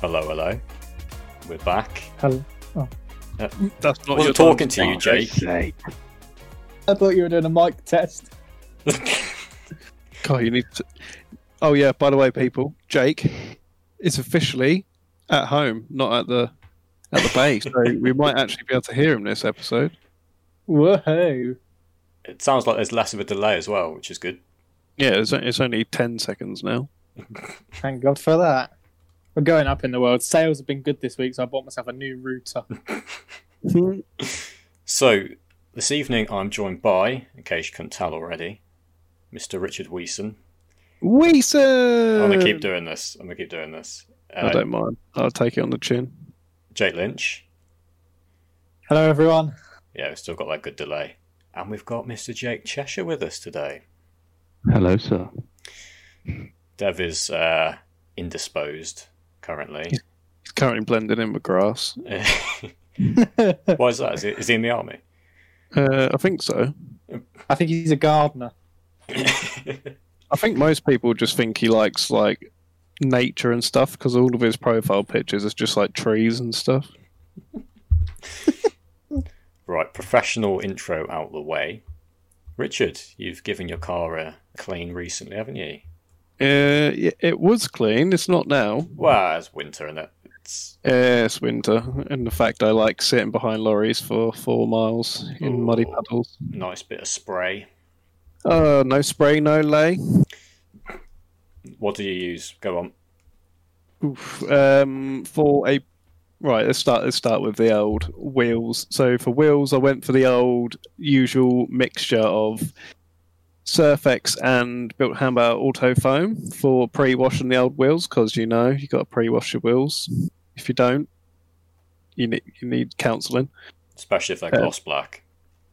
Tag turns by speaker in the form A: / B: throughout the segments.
A: Hello, hello. We're back. Uh,
B: Hello.
C: Oh. That's not your
A: wasn't talking
C: talking.
A: to you, Jake.
B: I thought you were doing a mic test.
C: God, you need to. Oh yeah. By the way, people, Jake is officially at home, not at the at the base, so we might actually be able to hear him this episode.
B: Whoa.
A: it sounds like there's less of a delay as well, which is good.
C: Yeah, it's, it's only ten seconds now.
B: Thank God for that. We're going up in the world. Sales have been good this week, so I bought myself a new router.
A: So, this evening I'm joined by, in case you couldn't tell already, Mr. Richard Weeson.
C: Weeson.
A: I'm going to keep doing this. I'm going to keep doing this.
C: Um. I
A: Uh,
C: don't mind. I'll take it on the chin.
A: Jake Lynch.
B: Hello, everyone.
A: Yeah, we've still got that good delay. And we've got Mr. Jake Cheshire with us today.
D: Hello, sir.
A: Dev is uh, indisposed currently.
C: He's currently blended in with grass.
A: Why is that? Is he, is he in the army?
C: Uh, I think so.
B: I think he's a gardener.
C: I think most people just think he likes like nature and stuff because all of his profile pictures is just like trees and stuff.
A: Right, professional intro out the way. Richard, you've given your car a clean recently, haven't you?
C: Uh, y- it was clean. It's not now.
A: Well, it's winter and that it's
C: Uh, it's winter, and the fact I like sitting behind lorries for four miles in muddy
A: Ooh.
C: puddles.
A: a nice bit of spray.
C: Uh, no spray, no lay.
A: What do you use? Go on.
C: Oof. Um, for a right, let's start. Let's start with the old wheels. So for wheels, I went for the old usual mixture of Surfex and built hammer auto foam for pre-washing the old wheels because you know you got to pre-wash your wheels. If you don't, you need you need counselling.
A: Especially if they're
C: Uh,
A: gloss black.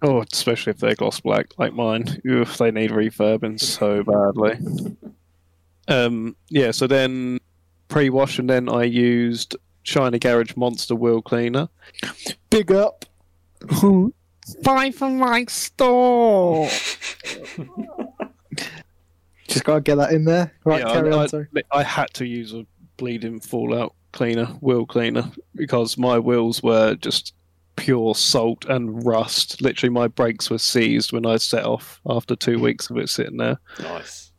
C: Oh, especially if they're gloss black like mine. Oof, they need refurbing so badly. Um, yeah, so then pre wash and then I used Shiny Garage Monster Wheel Cleaner.
B: Big up.
C: Buy from my store.
B: Just got to get that in there. Right,
C: Yeah,
B: carry
C: I,
B: on.
C: I-
B: sorry.
C: I had to use a bleeding fallout cleaner, wheel cleaner, because my wheels were just pure salt and rust. Literally my brakes were seized when I set off after two weeks of it sitting there.
A: Nice.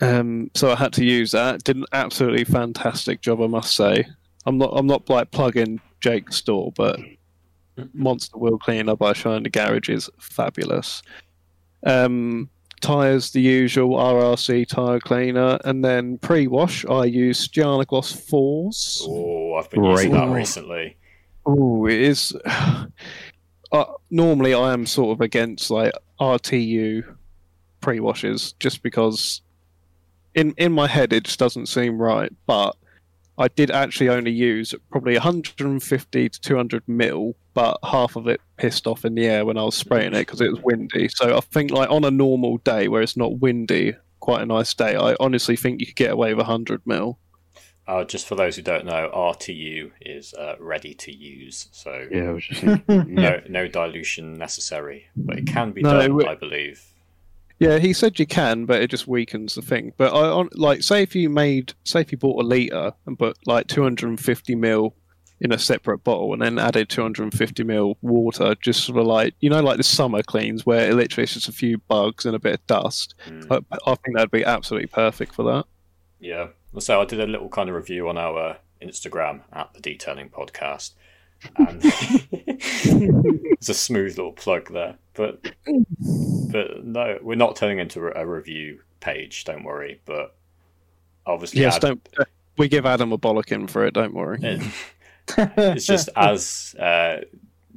C: Um, so I had to use that. Did an absolutely fantastic job, I must say. I'm not I'm not like plugging Jake's store, but Monster Wheel Cleaner by Shiner Garage is fabulous. Um, tires the usual RRC tire cleaner, and then pre-wash I use Stiana Gloss fours.
A: Oh, I've been using
D: Great.
A: that recently.
C: Oh, it is. Uh, normally, I am sort of against like RTU pre washes just because in in my head it just doesn't seem right. But I did actually only use probably 150 to 200 mil, but half of it pissed off in the air when I was spraying it because it was windy. So I think like on a normal day where it's not windy, quite a nice day, I honestly think you could get away with 100 mil.
A: Uh, just for those who don't know, RTU is uh, ready to use, so
D: Yeah, I was just thinking.
A: no no dilution necessary, but it can be
C: No,
A: done,
C: we-
A: I believe.
C: Yeah, he said you can, but it just weakens the thing. But I on, like say if you made say if you bought a liter and put like 250 mil in a separate bottle and then added 250 mil water just for like you know like the summer cleans where it literally is just a few bugs and a bit of dust.
A: Mm.
C: I, I think that'd be absolutely perfect for that.
A: Yeah. So I did a little kind of review on our Instagram at the Detailing Podcast. And it's a smooth little plug there. But but no, we're not turning into a review page, don't worry. But obviously
C: Yes,
A: Ad-
C: don't we give Adam a bollocking for it? Don't worry.
A: it's just as uh,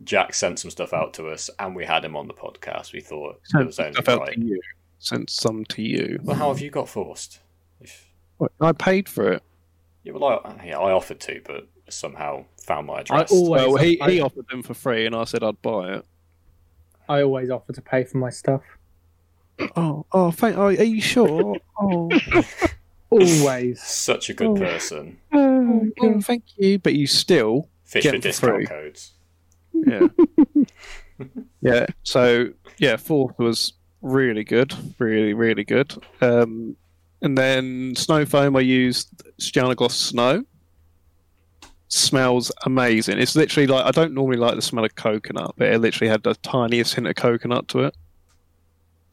A: Jack sent some stuff out to us and we had him on the podcast, we thought it was only
C: I felt
A: right.
C: to you. Sent some to you.
A: Well how have you got forced? If
C: I paid for it.
A: you were like yeah, I offered to, but somehow found my
B: I
A: address.
B: always,
C: Well, he, he
B: I,
C: offered them for free, and I said I'd buy it.
B: I always offer to pay for my stuff.
C: Oh, oh, thank, oh, are you sure? Oh,
B: Always.
A: Such a good person.
C: oh, thank you. But you still,
A: Fish
C: Get
A: for discount
C: free.
A: codes.
C: yeah, yeah. So yeah, fourth was really good, really, really good. Um, and then snow foam, I used Stianagloss Snow, smells amazing. It's literally like I don't normally like the smell of coconut, but it literally had the tiniest hint of coconut to it,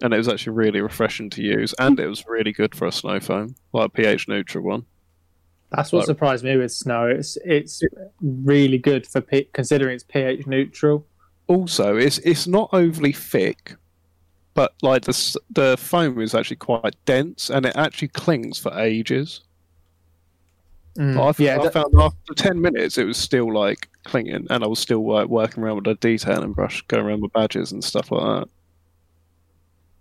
C: and it was actually really refreshing to use, and it was really good for a snow foam, like a pH neutral one.
B: That's what
C: Like-
B: surprised me with snow. It's it's really good for P- considering it's pH neutral.
C: Also, it's it's not overly thick, but like the s- the foam is actually quite dense, and it actually clings for ages.
B: Mm,
C: But I,
B: yeah,
C: yeah, I
B: that-
C: found after ten minutes it was still like clinging, and I was still like working around with the detailing brush, going around with badges and stuff like that.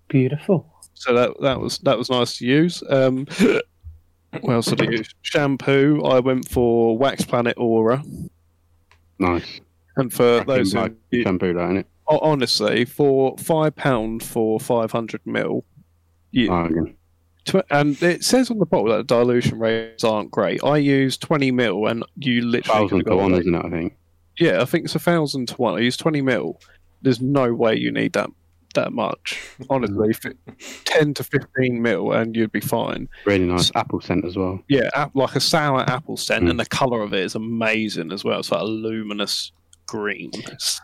B: beautiful.
C: So that that was that was nice to use. Um, what else did I use? Shampoo. I went for Wax Planet Aura,
D: Nice.
C: and for
D: Cracking
C: those who,
D: bag of shampoo, that, ain't it?
C: ho- honestly, for five pound for five hundred mil, you,
D: Oh, again.
C: tw- and it says on the bottle that dilution rates aren't great. I used twenty mil, and you literally
D: Thousand
C: could've
D: to
C: got
D: one,
C: away-
D: isn't it? I think.
C: Yeah, I think it's a thousand to one. I use twenty mil. There's no way you need that that much. Honestly, F- ten to fifteen mil, and you'd be fine.
D: Really nice. Apple scent as well.
C: Yeah, ap- like a sour apple scent,
D: Mm.
C: and the color of it is amazing as well. It's like a luminous green. It's-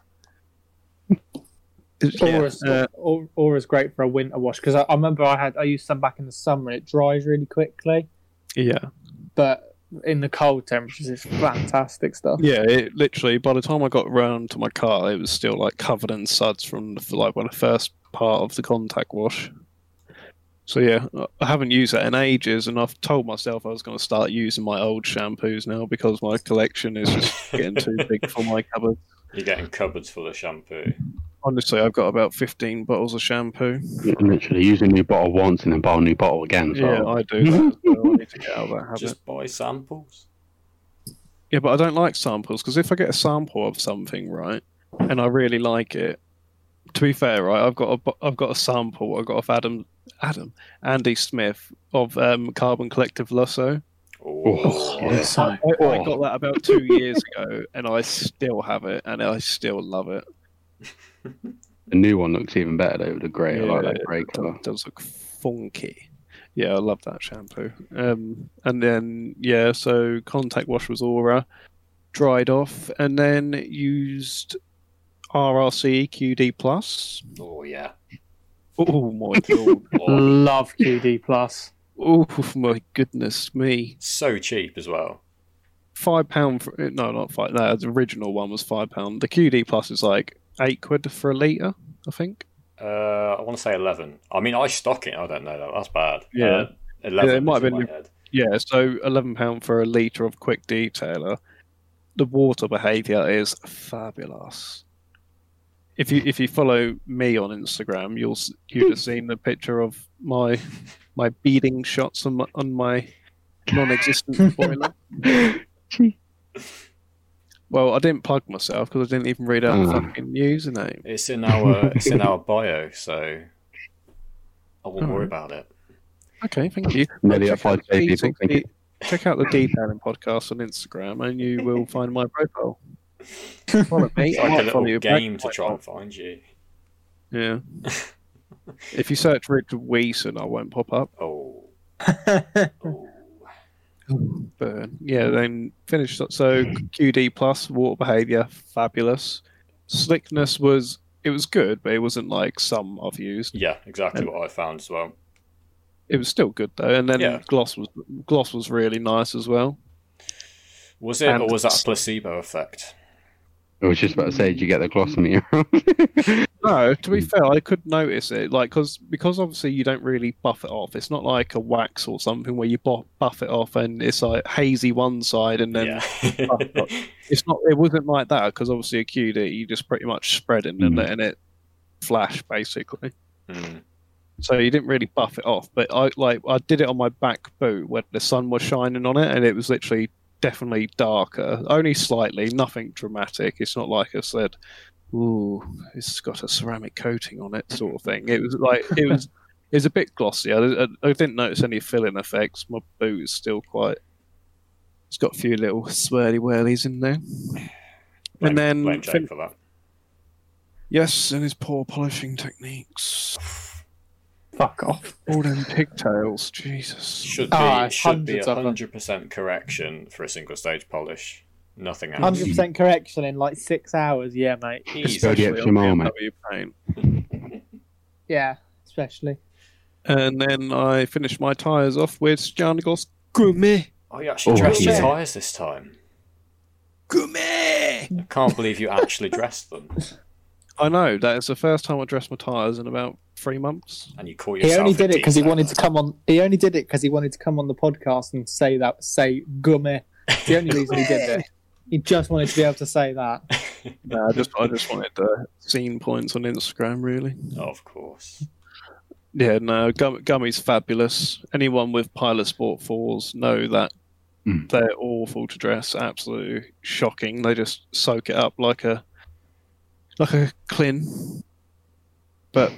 C: Yeah,
B: Aura's,
C: uh,
B: Au- Aura's great for a winter wash because I, I remember I had I used some back in the summer and it dries really quickly,
C: yeah,
B: but in the cold temperatures, it's fantastic stuff.
C: yeah. It literally by the time I got round to my car, it was still like covered in suds from the, like when the first part of the contact wash. So yeah, I- I haven't used that in ages, and I've told myself I was going to start using my old shampoos now because my collection is just getting too big for my cupboard.
A: You're getting cupboards full of shampoo.
C: Honestly, I've got about fifteen bottles of shampoo.
D: Literally, use a new bottle once and then buy a new bottle again. as
C: Yeah,
D: well.
C: I do. That. so I need to get out of that habit.
A: Just buy samples.
C: Yeah, but I don't like samples because if I get a sample of something right and I really like it, to be fair, right, I've got a bo- I've got a sample I got off Adam Adam Andy Smith of um, Carbon Collective Lusso.
A: Oh,
D: yeah.
C: I, I
D: Oh,
C: I got that about two years ago, and I still have it, and I still love it.
D: The new one looks even better. though, the grey. I like
C: Yeah.
D: that grey colour.
C: It does look funky. Yeah, I love that shampoo. Um, and then yeah, so contact wash was Aura, dried off, and then used RRC QD plus.
A: oh yeah.
C: Oh my god!
A: Oh,
B: Love QD plus.
C: oh my goodness me!
A: so cheap as well.
C: Five pound for eh, no, not five. No, the original one was five pound. The QD plus is like eight quid for a liter, I think.
A: Uh, I want to say eleven. I mean, I stock it. I don't know that. That's bad.
C: Yeah.
A: Uh, eleven.
C: Yeah, it might
A: is
C: have
A: in
C: been-
A: my head.
C: Yeah, so eleven pound for a liter of quick detailer. The water behaviour is fabulous. If you if you follow me on Instagram, you'll s- you'd have seen the picture of my my beading shots on my, on my non-existent boiler. Well, I didn't plug myself because I didn't even read out the
D: Ah.
C: fucking username.
A: It's in our it's in our bio, so I won't worry about it.
C: Okay, thank you.
D: Nearly
C: Check
D: up five
C: out the
D: K people,
C: detail-
D: thank you.
C: Check out the detailing podcast on Instagram, and you will find my profile. Follow me.
A: It's
C: I
A: like a
C: might follow
A: little
C: you back.
A: game to try and find you.
C: Yeah. if you search Richard Weason, I won't pop up.
A: Oh, oh.
C: But yeah, then finished. up- So QD plus water behavior, fabulous. Slickness was it was good, but it wasn't like some I've used.
A: yeah, exactly what I found as well.
C: It was still good though, and then
A: Yeah.
C: gloss was gloss was really nice as well.
A: Was it or
C: And-
A: was that a placebo effect?
D: I was just about to say, did you get the gloss on your
C: No, to be fair, I could notice it, like because because obviously you don't really buff it off. It's not like a wax or something where you bu- buff it off and it's like hazy one side and
B: Oh,
C: then
A: yeah.
C: it's not it wasn't like that because obviously a QD you just pretty much spreading and
D: Mhm.
C: letting it flash basically
A: Hmm.
C: so you didn't really buff it off but i like i did it on my back boot where the sun was shining on it and it was literally definitely darker only slightly nothing dramatic it's not like i said ooh it's got a ceramic coating on it sort of thing it was like it was it was a bit glossy i, I, I didn't notice any filling effects my boot is still quite it's got a few little swirly whirlies in there
A: Blame-
C: and then
A: blame Jake
C: fin-
A: for that.
C: Yes, and his poor polishing techniques.
B: Fuck off.
C: All them pigtails, Jesus.
A: Should be
B: Ah,
A: should be
B: hundreds
A: a
B: of them.
A: hundred percent correction for a single stage polish. Nothing else.
B: Hundred percent correction in like six hours. Yeah, mate.
A: Jesus.
D: go the extra mile, mate.
C: BMW plane.
B: Yeah, especially.
C: And then I finished my tyres off with Stjarnagos Gumi.
A: Oh, you actually
D: Oh,
A: dressed
B: yeah.
A: your tyres this time.
C: Gumi!
A: I can't believe you actually dressed them.
C: I know, that is the first time I dressed my tyres in about three months.
A: And you call
B: He
A: yourself
B: only did
A: a
B: it because he
A: detailer.
B: wanted to come on. He only did it because he wanted to come on the podcast and say that. Say gummy. It's the only reason he did it. He just wanted to be able to say that.
C: No, I just I just wanted the scene points on Instagram, really.
A: Of course.
C: Yeah, no, Gum- Gummy's fabulous. Anyone with Pilot Sport 4s know that
D: Mm.
C: they're awful to dress, absolutely shocking. They just soak it up like a like a clin. But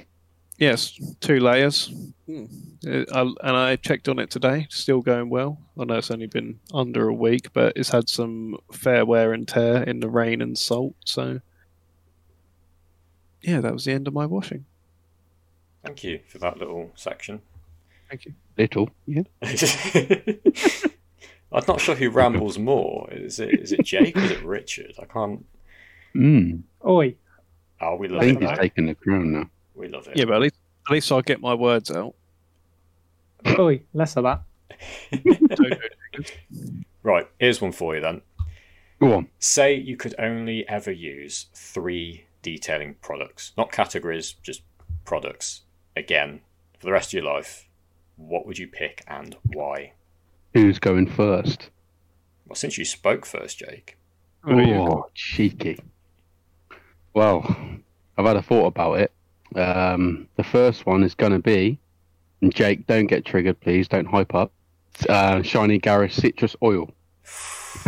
C: yes, two layers. Mm. Uh, I, and I checked on it today, still going well. I know it's only been under a week, but it's had some fair wear and tear in the rain and salt. So, yeah, that was the end of my washing.
A: Thank you for that little section.
C: Thank you.
D: Little. Yeah.
A: I'm not sure who rambles more. Is it is it Jake? is it Richard? I can't.
D: Mm.
B: Oi,
A: Oh, we love
D: I think
A: it.
D: he's
A: mate.
D: taking the crown now.
A: We love it.
C: Yeah, but at least, at least I'll get my words out.
B: oi, less of that.
A: Right, here's one for you then.
D: Go on.
A: Say you could only ever use three detailing products, not categories, just products. Again, for the rest of your life, what would you pick and why?
D: Who's going first?
A: Well, since you spoke first, Jake.
D: Oh, cheeky. Well, I've had a thought about it. Um, the first one is going to be, and Jake, don't get triggered, please. Don't hype up. Uh, Shiny Garish Citrus Oil.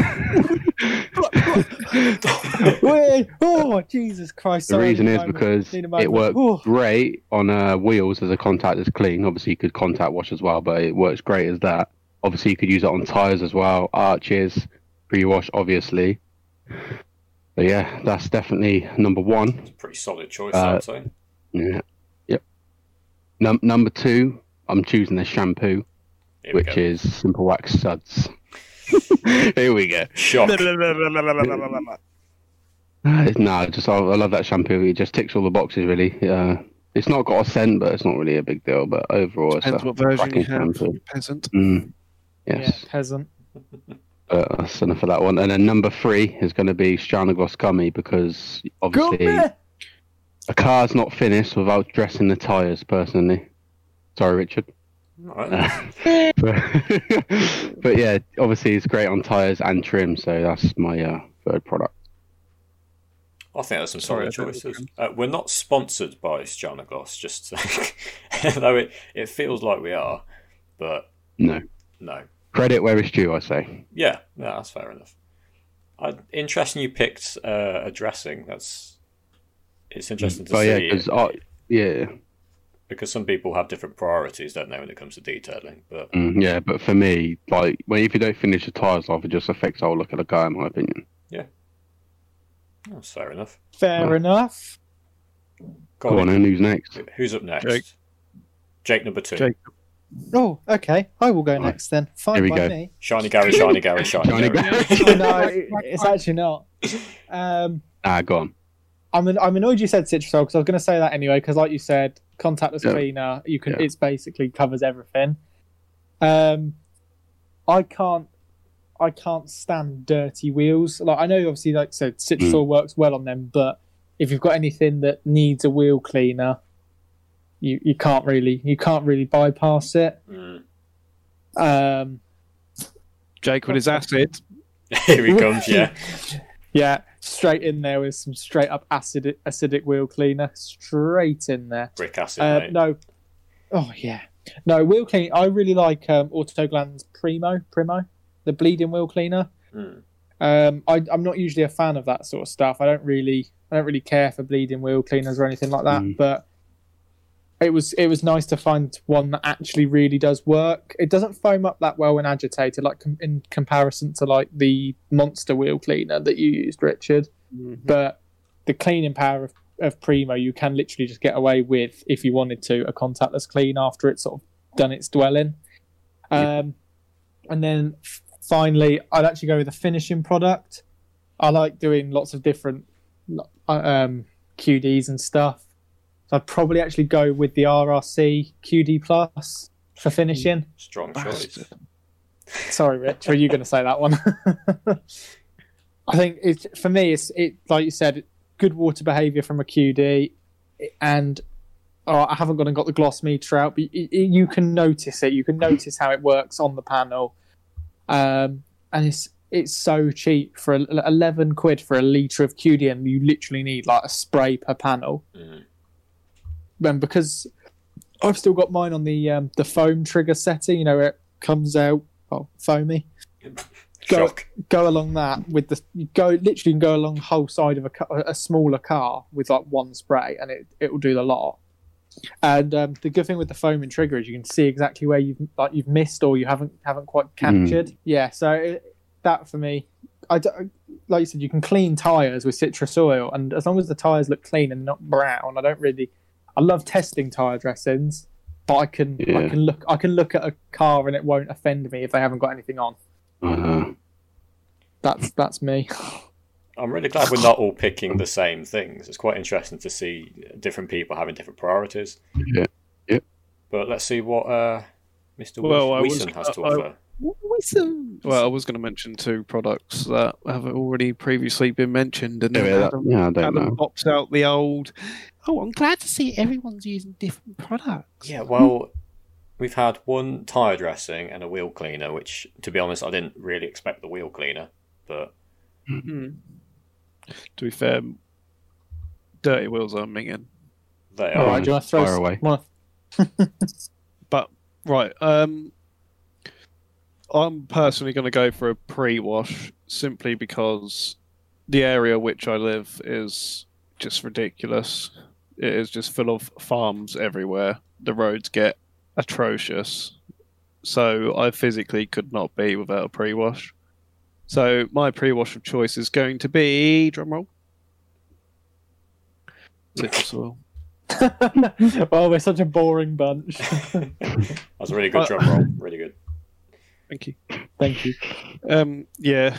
B: Wait, oh Jesus Christ!
D: The
B: sorry,
D: reason
B: need a
D: is
B: moment,
D: because
B: need a
D: it
B: moment.
D: worked
B: Oh,
D: great on uh, wheels as a contact is clean. Obviously, you could contact wash as well, but it works great as that. Obviously, you could use it on tires as well, arches, pre-wash, obviously. But yeah, that's definitely number one.
A: It's a pretty solid choice,
D: Uh,
A: I'd say.
D: Yeah. Yep. Num- number two, I'm choosing the shampoo,
A: Here we
D: which
A: go.
D: is Simple Wax Suds. Here we go.
A: Shock.
D: Uh, No, just I, I love that shampoo. It just ticks all the boxes, really. Uh, it's not got a scent, but it's not really a big deal. But overall, it's
C: Depends
D: a
C: what version you
D: cracking
C: have,
D: shampoo.
C: peasant.
D: Mm.
B: yeah,
D: Yes,
B: peasant.
D: uh, that's enough of that one. And then number three is going to be Stranagos Gummy because obviously
B: Gummy.
D: a car's not finished without dressing the tyres. Personally, sorry, Richard.
A: All right.
D: but, but yeah, obviously it's great on tires and trim, so that's my uh, third product.
A: I think there's some solid
C: Sorry, I don't
A: choices. Uh, we're not sponsored by Stjanogloss, just though it, it feels like we are, but
D: No.
A: no.
D: Credit where it's due, I say.
A: Yeah, no, that's fair enough. I, interesting you picked uh, a dressing. That's it's interesting to
D: Oh yeah,
A: see
D: because I yeah
A: because some people have different priorities, don't they, when it comes to detailing. But
D: mm, yeah, but for me, like when if you don't finish the tires off, it just affects the whole look of the car, in my opinion.
A: that's fair enough.
B: Fair
D: Well.
B: enough.
A: Go
D: Go
A: on,
D: on, then who's next?
A: who's up next?
C: Jake.
A: Jake, number two.
C: Jake.
B: Oh, okay. I will go
D: Right.
B: next then. Fine
D: Here we
B: by
D: go.
B: me.
A: Shiny Gary, shiny Gary, shiny,
D: Shiny
A: Gary.
B: Oh, no, it- it's actually not. Um,
D: Ah, go on.
B: I'm an, I'm annoyed you said citrus oil because I was going to say that anyway because like you said, contactless
D: Yeah.
B: cleaner. You can
D: Yeah.
B: it's basically covers everything. Um, I can't I can't stand dirty wheels. Like I know obviously like so citrus
D: Mm.
B: oil works well on them, but if you've got anything that needs a wheel cleaner, you you can't really you can't really bypass it.
A: Mm.
B: Um,
C: Jake with his acid.
A: Here he comes. Yeah,
B: Yeah, straight in there with some straight up acid acidic wheel cleaner. Straight in there.
A: brick acid.
B: Uh,
A: mate.
B: no. Oh yeah. No, wheel cleaner. I really like um Autogland's Primo, Primo, the bleeding wheel cleaner.
A: Mm.
B: Um I I'm not usually a fan of that sort of stuff. I don't really I don't really care for bleeding wheel cleaners or anything like that,
D: Mm.
B: but it was it was nice to find one that actually really does work. It doesn't foam up that well when agitated, like com- in comparison to like the monster wheel cleaner that you used, Richard but the cleaning power of, of Primo, you can literally just get away with if you wanted to a contactless clean after it's sort of done its dwelling. Um, And then f- finally, I'd actually go with a finishing product. I like doing lots of different lo- uh, um, QDs and stuff. So I'd probably actually go with the RRC QD Plus for finishing.
A: Strong
C: Bastard.
A: choice.
B: Sorry, Rich, were you going to say that one? I think it's for me. It's it like you said, good water behaviour from a QD, and oh, I haven't gone and got the gloss meter out, but you, you can notice it. You can notice how it works on the panel, um, and it's it's so cheap for el- eleven quid for a litre of QD, and you literally need like a spray per panel.
A: Mm.
B: And because I've still got mine on the um, the foam trigger setting, you know, it comes out well foamy Go-
A: Shock.
B: go along that with the you go literally you can go along the whole side of a, ca- a smaller car with like one spray and it it will do the lot and um, the good thing with the foam and trigger is you can see exactly where you've like you've missed or you haven't haven't quite captured yeah so it, that for me I don't- like you said you can clean tires with citrus oil and as long as the tires look clean and not brown I don't really I love testing tire dressings but I can I
D: Yeah.
B: can look I can look at a car and it won't offend me if they haven't got anything on
D: Uh,
B: that's that's me
A: I'm really glad we're not all picking the same things. It's quite interesting to see different people having different priorities.
D: Yeah. Yep.
A: But let's see what uh, Mr.
C: Well, I
A: Well,
C: was-
A: has to
C: I-
A: offer.
C: Well, I was going to mention two products that have already previously been mentioned, and
D: yeah,
C: then
D: that-
C: Adam,
D: yeah, I don't
C: Adam
D: know.
C: pops out the old. Oh, I'm glad to see everyone's using different products.
A: Yeah, well, we've had one tyre dressing and a wheel cleaner, which, to be honest, I didn't really expect the wheel cleaner. But
C: Hmm. To be fair, dirty wheels are minging.
A: they are.
B: All right, do you want to throw
D: Fire away.
B: wanna-
C: But right, um, I'm personally going to go for a pre-wash simply because the area which I live is just ridiculous. It is just full of farms everywhere. The roads get atrocious, so I physically could not be without a pre-wash. So my pre-wash of choice is going to be drumroll. Citrus oil.
B: well, Oh, we're such a boring bunch.
A: that was a really good
C: Uh,
A: drum roll. Really good.
C: Thank you.
B: Thank you.
C: Um, yeah.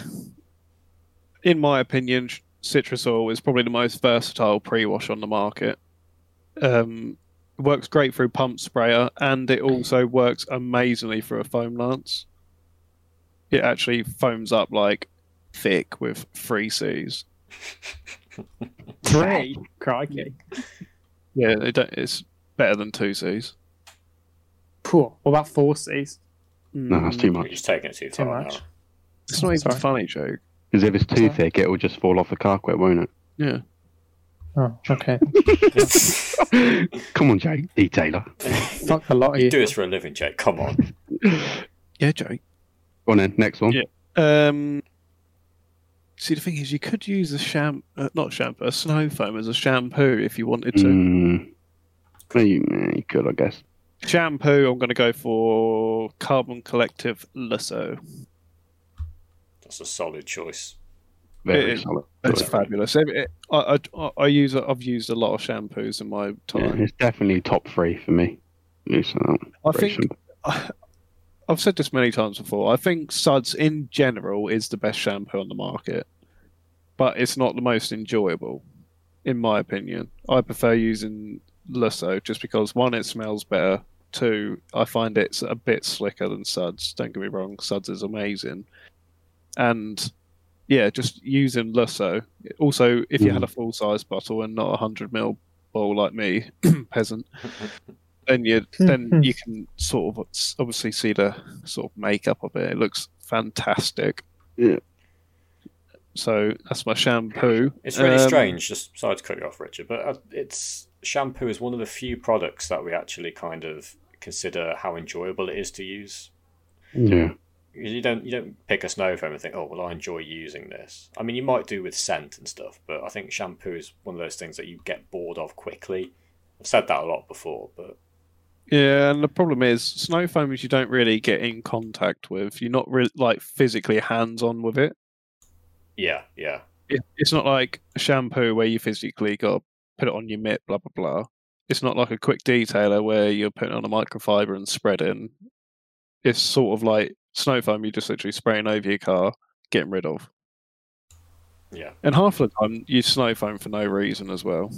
C: In my opinion, sh- citrus oil is probably the most versatile pre-wash on the market. Um, it works great through pump sprayer, and it also works amazingly through a foam lance. It actually foams up like thick with three C's.
B: Three, crikey.
C: Yeah, it don't, it's better than two C's.
B: Cool. What about four C's?
D: No, that's too
A: We're
D: much.
A: just taking it too
B: Too
A: far now.
B: much.
C: It's not even
B: Sorry.
C: a funny joke.
D: Because if it's too
B: Sorry.
D: thick, it will just fall off the car quick, won't it?
B: Oh, okay.
D: Come on, E. Jake, detailer.
B: Fuck a lot of
A: you do
B: you.
A: this for a living, Jake. Come on.
C: Yeah, joke.
D: Go on then, next one.
C: Yeah. Um, see, the thing is, you could use a sham, uh, not shampoo, a snow foam as a shampoo if you wanted to.
D: Mm. No, you, yeah, you could, I guess.
C: Shampoo, I'm going to go for Carbon Collective Lusso.
A: That's a solid choice.
D: Very
C: It- it-
D: solid.
C: It's
D: Solid.
C: fabulous. It- it- I, I, I use, a- I've used a lot of shampoos in my
D: Yeah,
C: time.
D: it's definitely top three for me. Loose on that one.
C: I
D: Very
C: think
D: simple.
C: I've said this many times before. I think Suds in general is the best shampoo on the market, but it's not the most enjoyable, in my opinion. I prefer using Lusso just because one, it smells better. Two, I find it's a bit slicker than Suds. Don't get me wrong, Suds is amazing, and yeah, just using Lusso. Also, if you
D: Mm.
C: had a full size bottle and not a hundred ml bowl like me, peasant then you then you can sort of s- obviously see the sort of makeup of it. It looks fantastic.
D: Yeah.
C: So that's my shampoo.
A: It's really
C: Um,
A: strange. Just sorry to cut you off, Richard, but uh, it's shampoo is one of the few products that we actually kind of consider how enjoyable it is to use.
D: Yeah.
A: You don't you don't pick a snow foam and think, oh well, I enjoy using this. I mean, you might do with scent and stuff, but I think shampoo is one of those things that you get bored of quickly. I've said that a lot before, but
C: Yeah, and the problem is snow foams you don't really get in contact with. You're not really like physically hands on with it.
A: yeah, yeah,
C: it. It's not like a shampoo where you physically got to put it on your mitt, blah blah blah. It's not like a quick detailer where you're putting on a microfiber and spreading. It's sort of like snow foam. You're just literally spraying over your car, getting rid of.
A: Yeah.
C: And half of the time, you snow foam for no reason as well.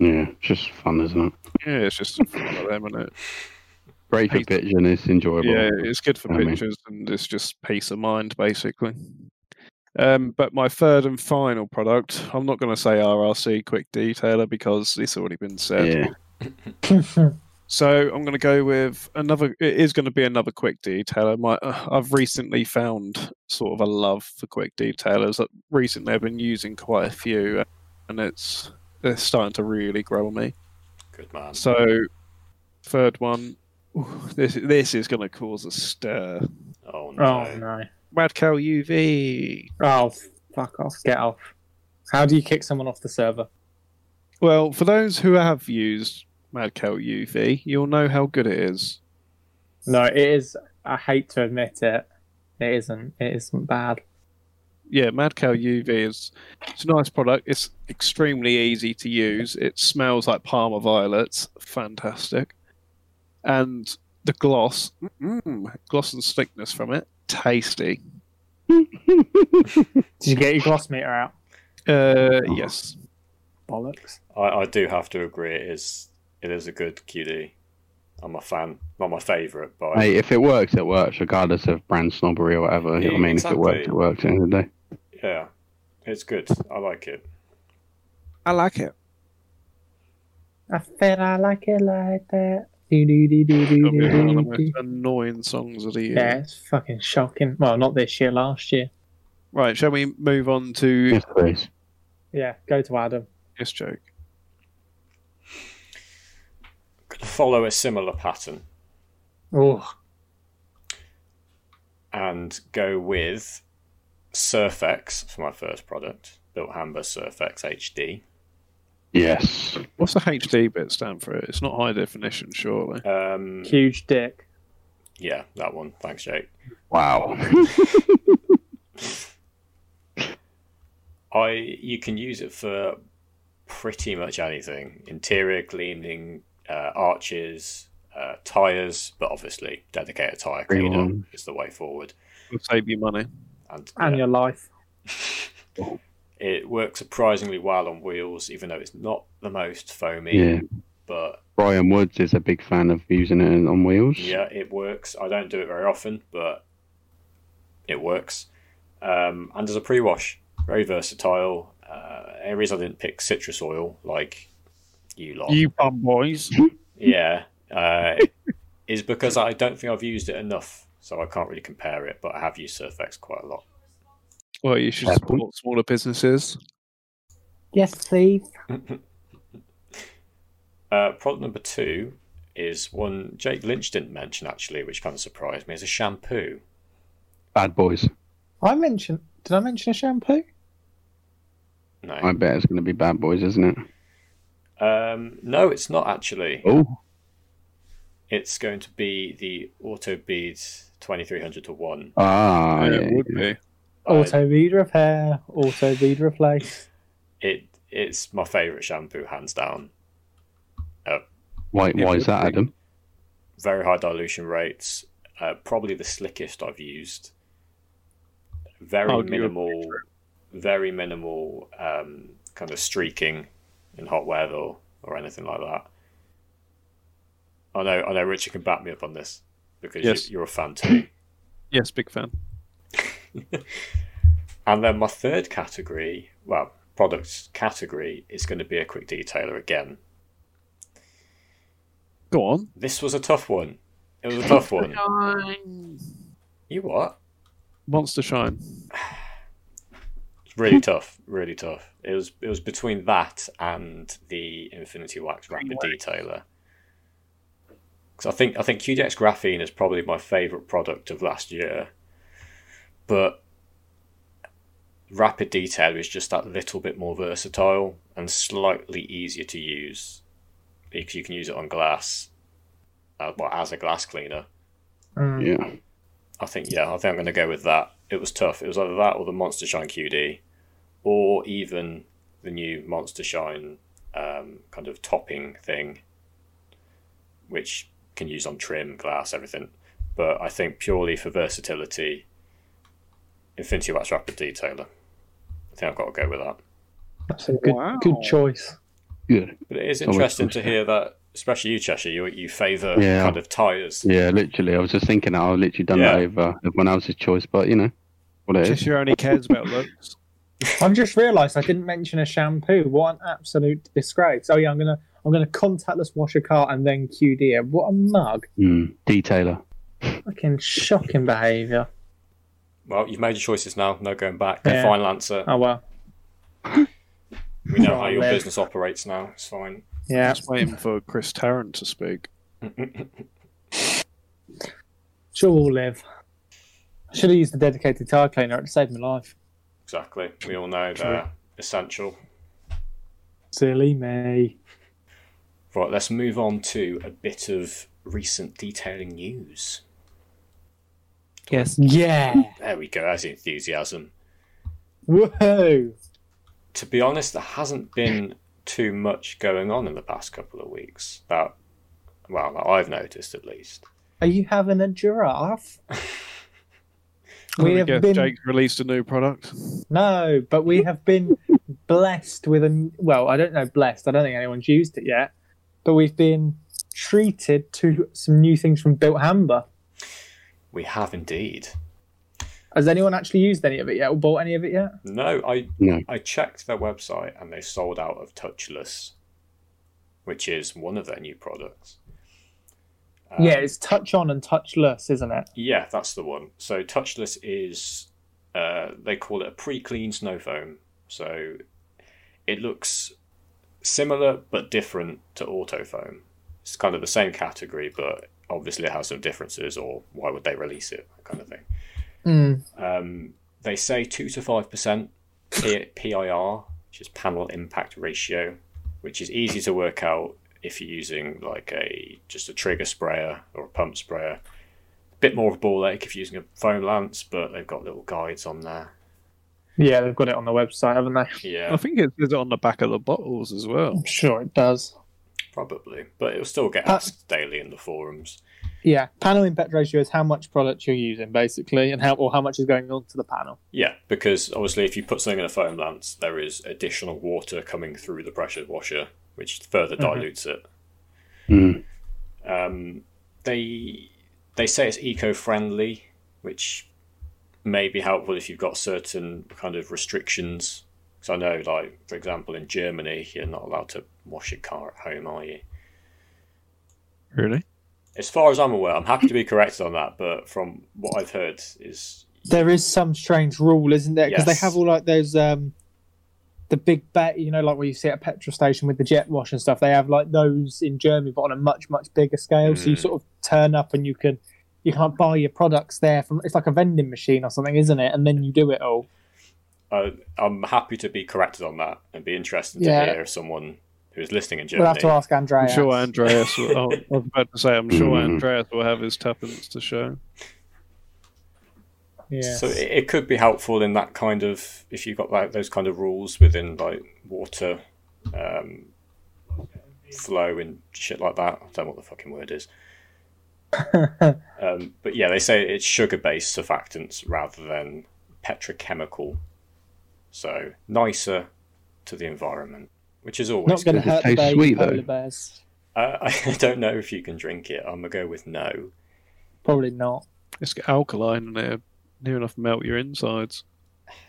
D: Yeah, it's just fun, isn't it?
C: Yeah, it's just fun for them, isn't it?
D: Great for
C: Hate-
D: pitch and it's enjoyable.
C: Yeah, it's good for
D: I mean-
C: pictures and it's just peace of mind, basically. Um, but my third and final product, I'm not going to say RRC Quick Detailer because it's already been said.
D: Yeah.
C: So I'm going to go with another. It is going to be another quick detailer. My, uh, I've recently found sort of a love for quick detailers. Uh, Recently, I've been using quite a few, and it's they're starting to really grow on me.
A: Good man.
C: So third one, ooh, this this is going to cause a stir.
A: oh no.
B: Oh no!
C: Radcal UV.
B: Oh fuck off! Get off! How do you kick someone off the server?
C: Well, for those who have used Madcal UV, you'll know how good it is.
B: No, it is. I hate to admit it. It isn't. It isn't bad.
C: yeah, Mad Cow UV is it's a nice product. It's extremely easy to use. It smells like Parma violets, fantastic, and the gloss, mm, gloss and thickness from it, tasty.
B: Did you get your gloss meter out?
C: Uh, yes,
B: Bollocks!
A: I, I do have to agree. It is it is a good QD. I'm a fan. Not my favourite, but I-
D: Hey, if it works, it works, regardless of brand snobbery or whatever. You know what I mean,
A: Exactly.
D: if it works, it works. At the end of the day,
A: yeah, it's good. I like it.
C: I like it.
B: I said I like it like that.
C: It'll be one of the
B: Do-do-do-do-do-do-do.
C: most annoying songs of the year.
B: Yeah, it's fucking shocking. Well, not this year. Last year.
C: Right, shall we move on to
D: yes, please.
B: Yeah, go to Adam.
C: this joke?
A: Could follow a similar pattern
B: Oh,
A: and go with Surfex for my first product, Built Hamber Surfex HD.
D: Yes.
C: What's the HD bit stand for? It's not high definition, surely.
A: Um,
B: huge dick.
A: yeah, that one. Thanks, Jake.
D: Wow.
A: I you can use it for pretty much anything: interior cleaning, uh, arches, uh, tires. But obviously, dedicated tire
D: Green
A: cleaner
D: one.
A: is the way forward.
C: It'll save you money.
A: And,
B: and
A: yeah,
B: your life.
A: it works surprisingly well on wheels, even though it's not the most foamy.
D: yeah.
A: But
D: Brian Woods is a big fan of using it on wheels.
A: yeah, it works. I don't do it very often, but it works. Um, and as a pre-wash, very versatile. Uh, areas I didn't pick citrus oil, like you lot.
C: You bum boys.
A: yeah, uh, is because I don't think I've used it enough, so I can't really compare it. But I have used Surfex quite a lot.
C: Well, you should
D: Fair
C: support
D: point.
C: smaller businesses.
B: Yes, please.
A: Uh, product number two is one Jake Lynch didn't mention actually, which kind of surprised me. Is a shampoo.
D: Bad boys.
B: I mentioned. Did I mention a shampoo?
A: No,
D: I bet it's going to be bad boys, isn't it?
A: um, no, it's not actually.
D: Oh,
A: It's going to be the Auto Beads twenty three hundred to one.
D: ah,
C: yeah,
D: yeah,
C: it would
D: yeah.
C: be.
A: I-
B: Auto bead repair. Auto bead replace.
A: it it's my favourite shampoo, hands down.
D: Why?
C: It
D: why
C: would
D: is that,
C: be.
D: Adam?
A: Very high dilution rates. Uh, probably the slickest I've used. Very
C: Oh, you're-
A: minimal, very minimal um, kind of streaking in hot weather or, or anything like that. I know, I know. Richard can back me up on this because
C: Yes.
A: you, you're a fan too.
C: Yes, big fan.
A: And then my third category, well, product category, is going to be a quick detailer again.
C: Go on.
A: This was a tough one. It was a tough one. You what?
C: Monster Shine.
A: It's Really tough. Really tough. It was it was between that and the Infinity Wax Rapid Detailer. Because I think I think QDX Graphene is probably my favourite product of last year, but Rapid Detailer is just that little bit more versatile and slightly easier to use because you can use it on glass, uh, well as a glass cleaner.
B: Mm.
D: Yeah.
A: I think yeah, I think I'm going to go with that. It was tough. It was either that or the Monster Shine QD, or even the new Monster Shine um, kind of topping thing, which can use on trim, glass, everything. But I think purely for versatility, Infinity Wax Rapid Detailer. I think I've got to go with that.
B: That's a good
C: Wow.
B: good choice.
D: Good.
A: But it is
D: Always
A: interesting
D: push
A: to
D: it.
A: hear that, especially you, Cheshire, you, you favour
D: Yeah.
A: kind of tyres.
D: Yeah, literally. I was just thinking that I've literally done that
A: Yeah.
D: over everyone else's choice, but you know what it is.
C: Cheshire only cares about looks.
B: I've just realised I didn't mention a shampoo. What an absolute disgrace! Oh yeah, I'm gonna I'm gonna contactless wash a car and then QD it. What a mug!
D: Mm. Detailer.
B: Fucking shocking behaviour.
A: Well, you've made your choices now, no going back. No
B: Yeah.
A: final answer.
B: Oh well,
A: We know
B: Oh,
A: how your
B: man.
A: business operates now. It's fine.
B: yeah.
C: Just waiting for Chris Tarrant to speak.
B: She'll all live. I should have used the dedicated tire cleaner. It saved my life.
A: Exactly. We all know they're essential.
B: Silly me.
A: Right, let's move on to a bit of recent detailing news.
B: Yes. Yeah.
A: There we go, that's the enthusiasm.
B: Whoa.
A: To be honest, there hasn't been too much going on in the past couple of weeks. That, well, that I've noticed at least.
B: Are you having a giraffe?
C: I
B: we have
C: guess
B: been
C: Jake's released a new product.
B: no, but we have been blessed with a well. I don't know blessed. I don't think anyone's used it yet, but we've been treated to some new things from Built Hamba.
A: We have indeed.
B: Has anyone actually used any of it yet or bought any of it yet?
A: No, I
D: No.
A: I checked their website and they sold out of Touchless, which is one of their new products. Um,
B: yeah, it's touch on and touchless, isn't it?
A: Yeah, that's the one. So touchless is uh, they call it a pre-clean snow foam. So it looks similar but different to auto foam. It's kind of the same category, but obviously it has some differences. Or why would they release it? That kind of thing.
B: Mm.
A: Um, they say two to five percent PIR, which is panel impact ratio, which is easy to work out if you're using like a just a trigger sprayer or a pump sprayer. A bit more of a ball ache if you're using a foam lance, but they've got little guides on there.
B: Yeah, they've got it on the website, haven't they?
A: Yeah,
C: I think it says it on the back of the bottles as well.
B: I'm sure it does.
A: probably, but it'll still get
B: Uh,
A: asked daily in the forums.
B: Yeah, panel impact ratio is how much product you're using, basically, and how or how much is going onto the panel.
A: Yeah, because obviously if you put something in a foam lance, there is additional water coming through the pressure washer, which further
B: Mhm.
A: dilutes it.
D: Mm.
A: Um, they they say it's eco-friendly, which may be helpful if you've got certain kind of restrictions. Because I know, like for example, in Germany, you're not allowed to wash your car at home, are you?
C: Really?
A: As far as I'm aware, I'm happy to be corrected on that, but from what I've heard, is
B: There is some strange rule, isn't there? Because
A: Yes.
B: they have all like those um, the big bet, you know, like where you see at a petrol station with the jet wash and stuff. They have like those in Germany, but on a much much bigger scale. So you
A: Mm.
B: sort of turn up and you can you can't buy your products there from. It's like a vending machine or something, isn't it? And then you do it all.
A: I, I'm happy to be corrected on that, and be interested
B: Yeah.
A: to hear if someone who's listening in
B: We'll
A: Germany.
B: have to ask Andrea.
C: I'm sure Andreas. Will, oh, I was about to say, I'm sure
D: Mhm.
C: Andreas will have his tuppence to show.
B: Yeah.
A: So it, it could be helpful in that kind of if you've got like those kind of rules within like water um, flow and shit like that. I don't know what the fucking word is. um, but yeah, they say it's sugar-based surfactants rather than petrochemical, so nicer to the environment, which is always
B: Not going to
A: good.
D: Does it
B: hurt the
D: taste
B: baby
D: sweet, though?
B: polar bears.
A: Uh, I don't know if you can drink it. I'm gonna go with no.
B: Probably not.
C: It's got alkaline and it near enough melt your insides.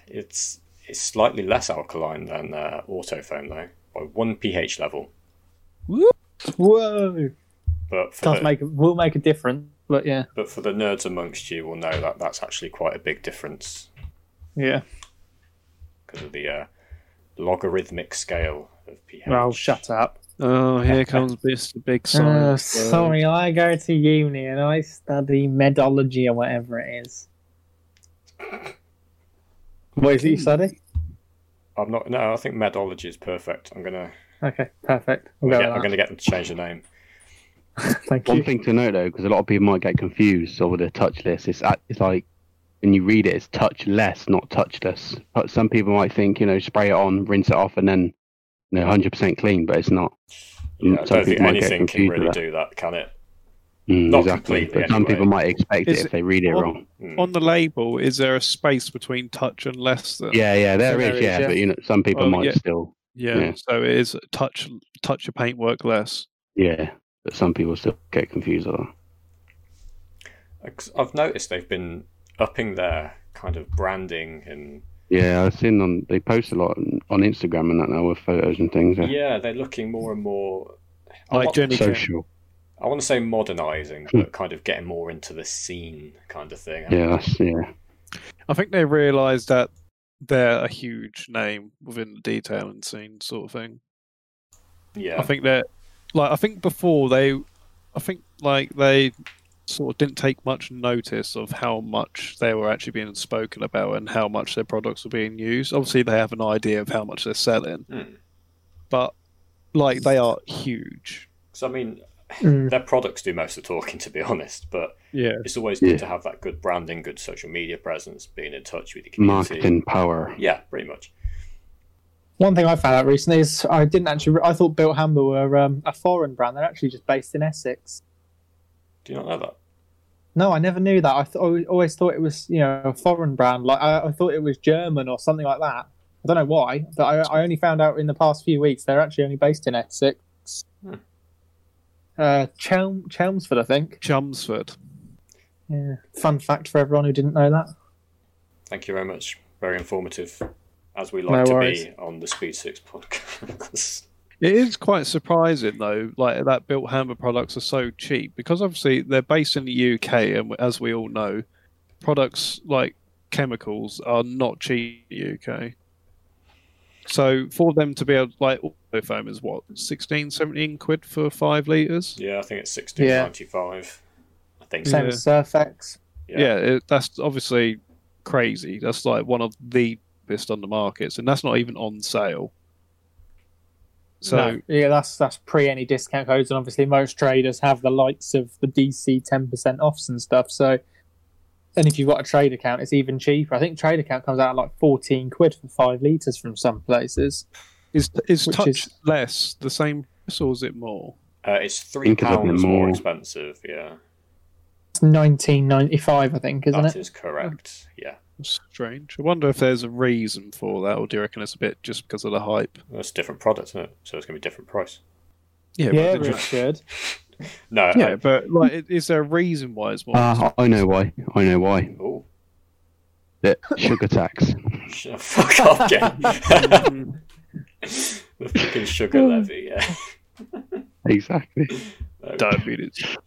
A: It's it's slightly less alkaline than uh, autofoam though, by one pH level.
B: Whoa!
A: But for,
B: Does
A: the,
B: make will make a difference, but yeah,
A: but for the nerds amongst you, will know that that's actually quite a big difference
B: yeah.
A: because of the uh, logarithmic scale of pH.
B: Well, shut up.
C: Oh, here comes this big
B: Oh,
C: science. word.
B: Uh, sorry, I go to uni and I study medology or whatever it is. What is it you study?
A: I'm not. No, I think medology is perfect. I'm gonna.
B: Okay, perfect. We'll go
A: Yeah, I'm
B: with
A: gonna get them to change the name.
B: that. Thank
D: One
B: you.
D: thing to note though, because a lot of people might get confused so with the touchless. It's act- it's like when you read it, it's touchless, not touchless. But some people might think you know, spray it on, rinse it off, and then you know, hundred percent clean. But it's not.
A: Yeah, I
D: Mm, Some
A: don't think
D: people might get
A: anything can
D: confused with
A: really
D: that.
A: do that, can it?
D: Mm,
A: Not
D: exactly.
A: completely,
D: But some
A: anyway.
D: people might expect
C: Is
D: it
C: it
D: if they read it
C: on-
D: wrong.
A: Mm.
C: On the label, is there a space between touch and less than?
D: Yeah, yeah, there is, yeah, But you know, some people
C: Well,
D: might
C: yeah.
D: still,
C: yeah.
D: yeah.
C: So it is touch touch your paintwork less.
D: yeah, but some people still get confused a lot.
A: Uh, I've noticed they've been upping their kind of branding and
D: Yeah, I've seen on they post a lot on on Instagram and that now with photos and things.
A: yeah,
D: Yeah.
A: they're looking more and more. I
C: I
A: want-
C: generally can-
D: Social,
A: I want to say modernizing, but kind of getting more into the scene kind of thing.
D: Hmm. yeah, that's yeah,
C: I think they realised that they're a huge name within the detailing scene, sort of thing.
A: yeah.
C: I think that, like, I think before they, I think like they sort of didn't take much notice of how much they were actually being spoken about and how much their products were being used. Obviously, they have an idea of how much they're selling,
A: Hmm.
C: but like they are huge.
A: So I mean,
B: Mm.
A: their products do most of the talking, to be honest. But
C: Yeah,
A: it's always good
D: Yeah.
A: to have that good branding, good social media presence, being in touch with the community.
D: marketing power.
A: Yeah, pretty much.
B: One thing I found out recently is I didn't actually. I thought Built Hammer were um, a foreign brand. They're actually just based in Essex.
A: Do you not know that?
B: No, I never knew that. I th- al- always thought it was you know a foreign brand. Like I, I thought it was German or something like that. I don't know why, but I, I only found out in the past few weeks they're actually only based in Essex.
A: Hmm.
B: Uh, Chelm, Chelmsford, I think.
C: Chelmsford.
B: Yeah. Fun fact for everyone who didn't know that.
A: Thank you very much. Very informative, as we like
B: No
A: to
B: worries.
A: be on the Speed Six podcast.
C: It is quite surprising though, like that built hammer products are so cheap because obviously they're based in the UK, and as we all know, products like chemicals are not cheap in the UK. So for them to be able, like auto foam is what 16, 17 quid for five liters.
A: yeah, I think it's sixteen ninety five. I think so.
B: Same as Surfex.
A: Yeah.
C: Yeah, it, that's obviously crazy. That's like one of the best on the markets, and that's not even on sale. So
B: No, yeah, that's that's pre any discount codes, and obviously most traders have the likes of the DC ten percent offs and stuff. So, and if you've got a trade account, it's even cheaper. I think trade account comes out at like fourteen quid for five liters from some places.
C: is is
B: Which
C: touch
B: is-
C: less the same price or is it more?
A: Uh, it's three
D: Think of it
A: pounds more.
D: more.
A: expensive. Yeah,
B: It's nineteen ninety five, I think, isn't
A: that
B: it?
A: is correct. Yeah,
C: Strange. I wonder if there's a reason for that, or do you reckon it's a bit just because of the hype?
A: that's a different product, isn't it? So it's going to be different price.
C: Yeah,
B: Yeah,
C: but,
B: Richard.
A: No.
C: yeah, but like, i- is there a reason why it's more?
D: Uh, I I know why. I know why.
A: I, oh,
D: That sugar tax.
A: sh- fuck off, Jane. the
C: Mm,
A: fucking sugar levy. Yeah.
D: exactly.
A: No,
C: diabetes.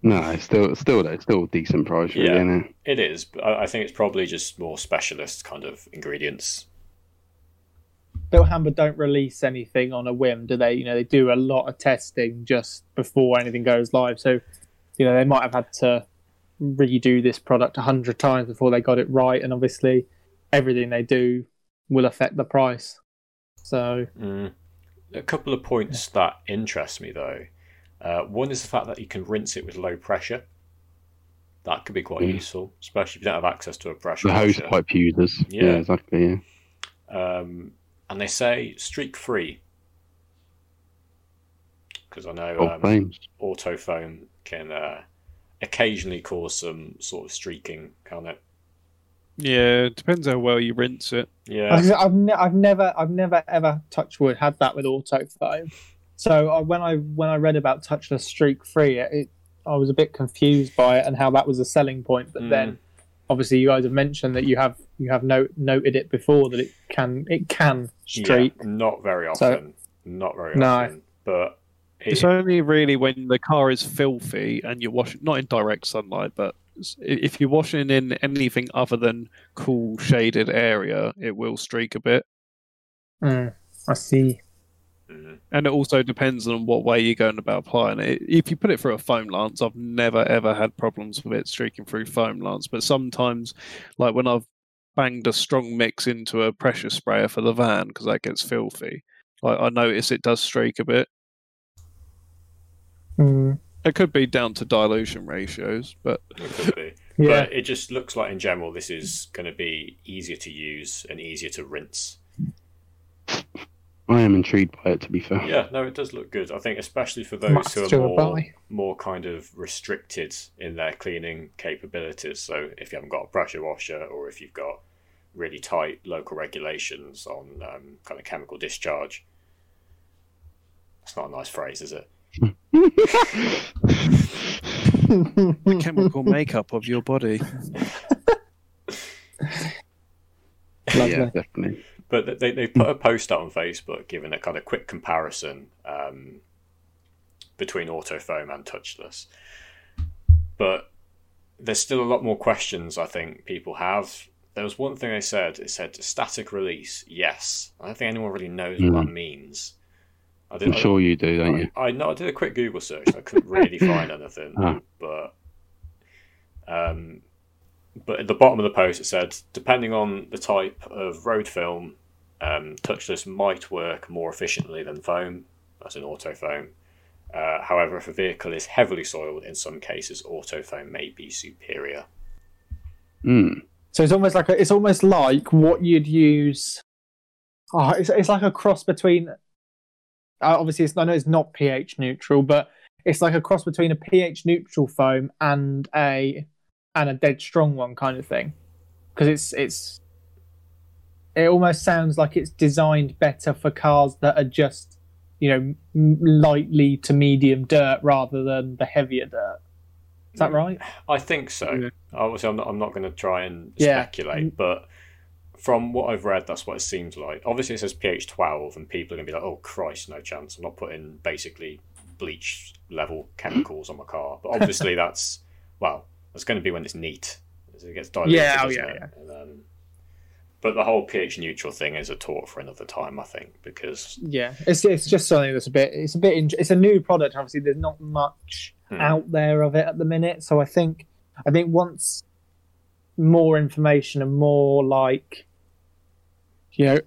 D: No, it's still, still, though, it's still a decent price, really,
A: Yeah.
D: isn't it?
A: It is. But I I think it's probably just more specialist kind of ingredients.
B: Bill Hamber don't release anything on a whim, do they? You know, they do a lot of testing just before anything goes live. So, you know, they might have had to redo this product a hundred times before they got it right, and obviously, everything they do will affect the price. So,
A: Mm. A couple of points that interest me though. Uh, one is the fact that you can rinse it with low pressure. That could be quite
D: Mm.
A: useful, espally if you don't have access to a pressure
D: The hose
A: washer.
D: pipe users. Yeah,
A: Yeah.
D: exactly. Yeah.
A: Um, and they say streak free because I know
D: Or
A: um,
D: flames.
A: autofoam can uh, occasionally cause some sort of streaking, can't it?
C: Yeah, it depends how well you rinse it.
A: Yeah,
B: I've, I've, ne- I've never, I've never ever touch wood had that with auto foam. So uh, when I when I read about touchless streak free, it, it I was a bit confused by it and how that was a selling point. But
A: Mm.
B: then, obviously, you guys have mentioned that you have you have no- noted it before that it can it can streak.
A: Yeah, not very
B: So-
A: often. not very
B: No.
A: often. But it,
C: It's only really when the car is filthy and you're washing, not in direct sunlight, but s- i- if you're washing in anything other than cool shaded area, it will streak a bit.
B: Mm, I see.
A: Mm.
C: And it also depends on what way you're going about applying it. If you put it through a foam lance, I've never ever had problems with it streaking through foam lance. But sometimes, like when I've banged a strong mix into a pressure sprayer for the van because that gets filthy, like I notice it does streak a bit.
B: Mm,
C: It could be down to dilution ratios, but
A: it could be.
B: yeah,
A: But it just looks like, in general, this is going to be easier to use and easier to rinse.
D: I am intrigued by it. To be fair,
A: Yeah, no, it does look good. I think especially for those who
B: Master
A: are
B: of
A: more,
B: buy.
A: more kind of restricted in their cleaning capabilities. So if you haven't got a pressure washer, or if you've got really tight local regulations on um, kind of chemical discharge, it's not a nice phrase, is it?
C: The chemical makeup of your body.
B: Lovely.
D: yeah, definitely.
A: But th- they they put a post out on Facebook giving a kind of quick comparison um, between autofoam and touchless. But there's still a lot more questions I think people have. There was one thing they said. It said static release. Yes, I don't think anyone really knows what that means. I
D: Hmm. I'm
A: didn't.
D: sure you do, don't you?
A: I, I no, I did a quick Google search. I couldn't really find anything,
D: Ah.
A: but um, but at the bottom of the post it said, depending on the type of road film, um, touchless might work more efficiently than foam. That's an auto foam. Uh, however, if a vehicle is heavily soiled, in some cases, auto foam may be superior.
D: Mm.
B: So it's almost like a, it's almost like what you'd use. Oh, it's it's like a cross between. uh, obviously, it's, I know it's not pH neutral, but it's like a cross between a pH neutral foam and a and a dead strong one kind of thing, because it's it's. It almost sounds like it's designed better for cars that are just, you know, m- lightly to medium dirt rather than the heavier dirt. Is that right?
A: I think so.
C: Yeah.
A: Obviously, I'm not. I'm not going to try and
B: Yeah. Mm.
A: speculate, but from what I've read, that's what it seems like. Obviously, it says pH 12, and people are going to be like, "Oh Christ, no chance! I'm not putting basically bleach level chemicals on my car." But obviously, that's well, that's going to be when it's neat. It gets diluted.
B: Yeah, oh,
A: doesn't
B: yeah,
A: it? And, um, but the whole pH neutral thing is a talk for another time, I think, because
B: yeah it's it's just something that's a bit it's a bit in, it's a new product obviously there's not much
A: Hmm.
B: out there of it at the minute so i think i think once more information and more like you know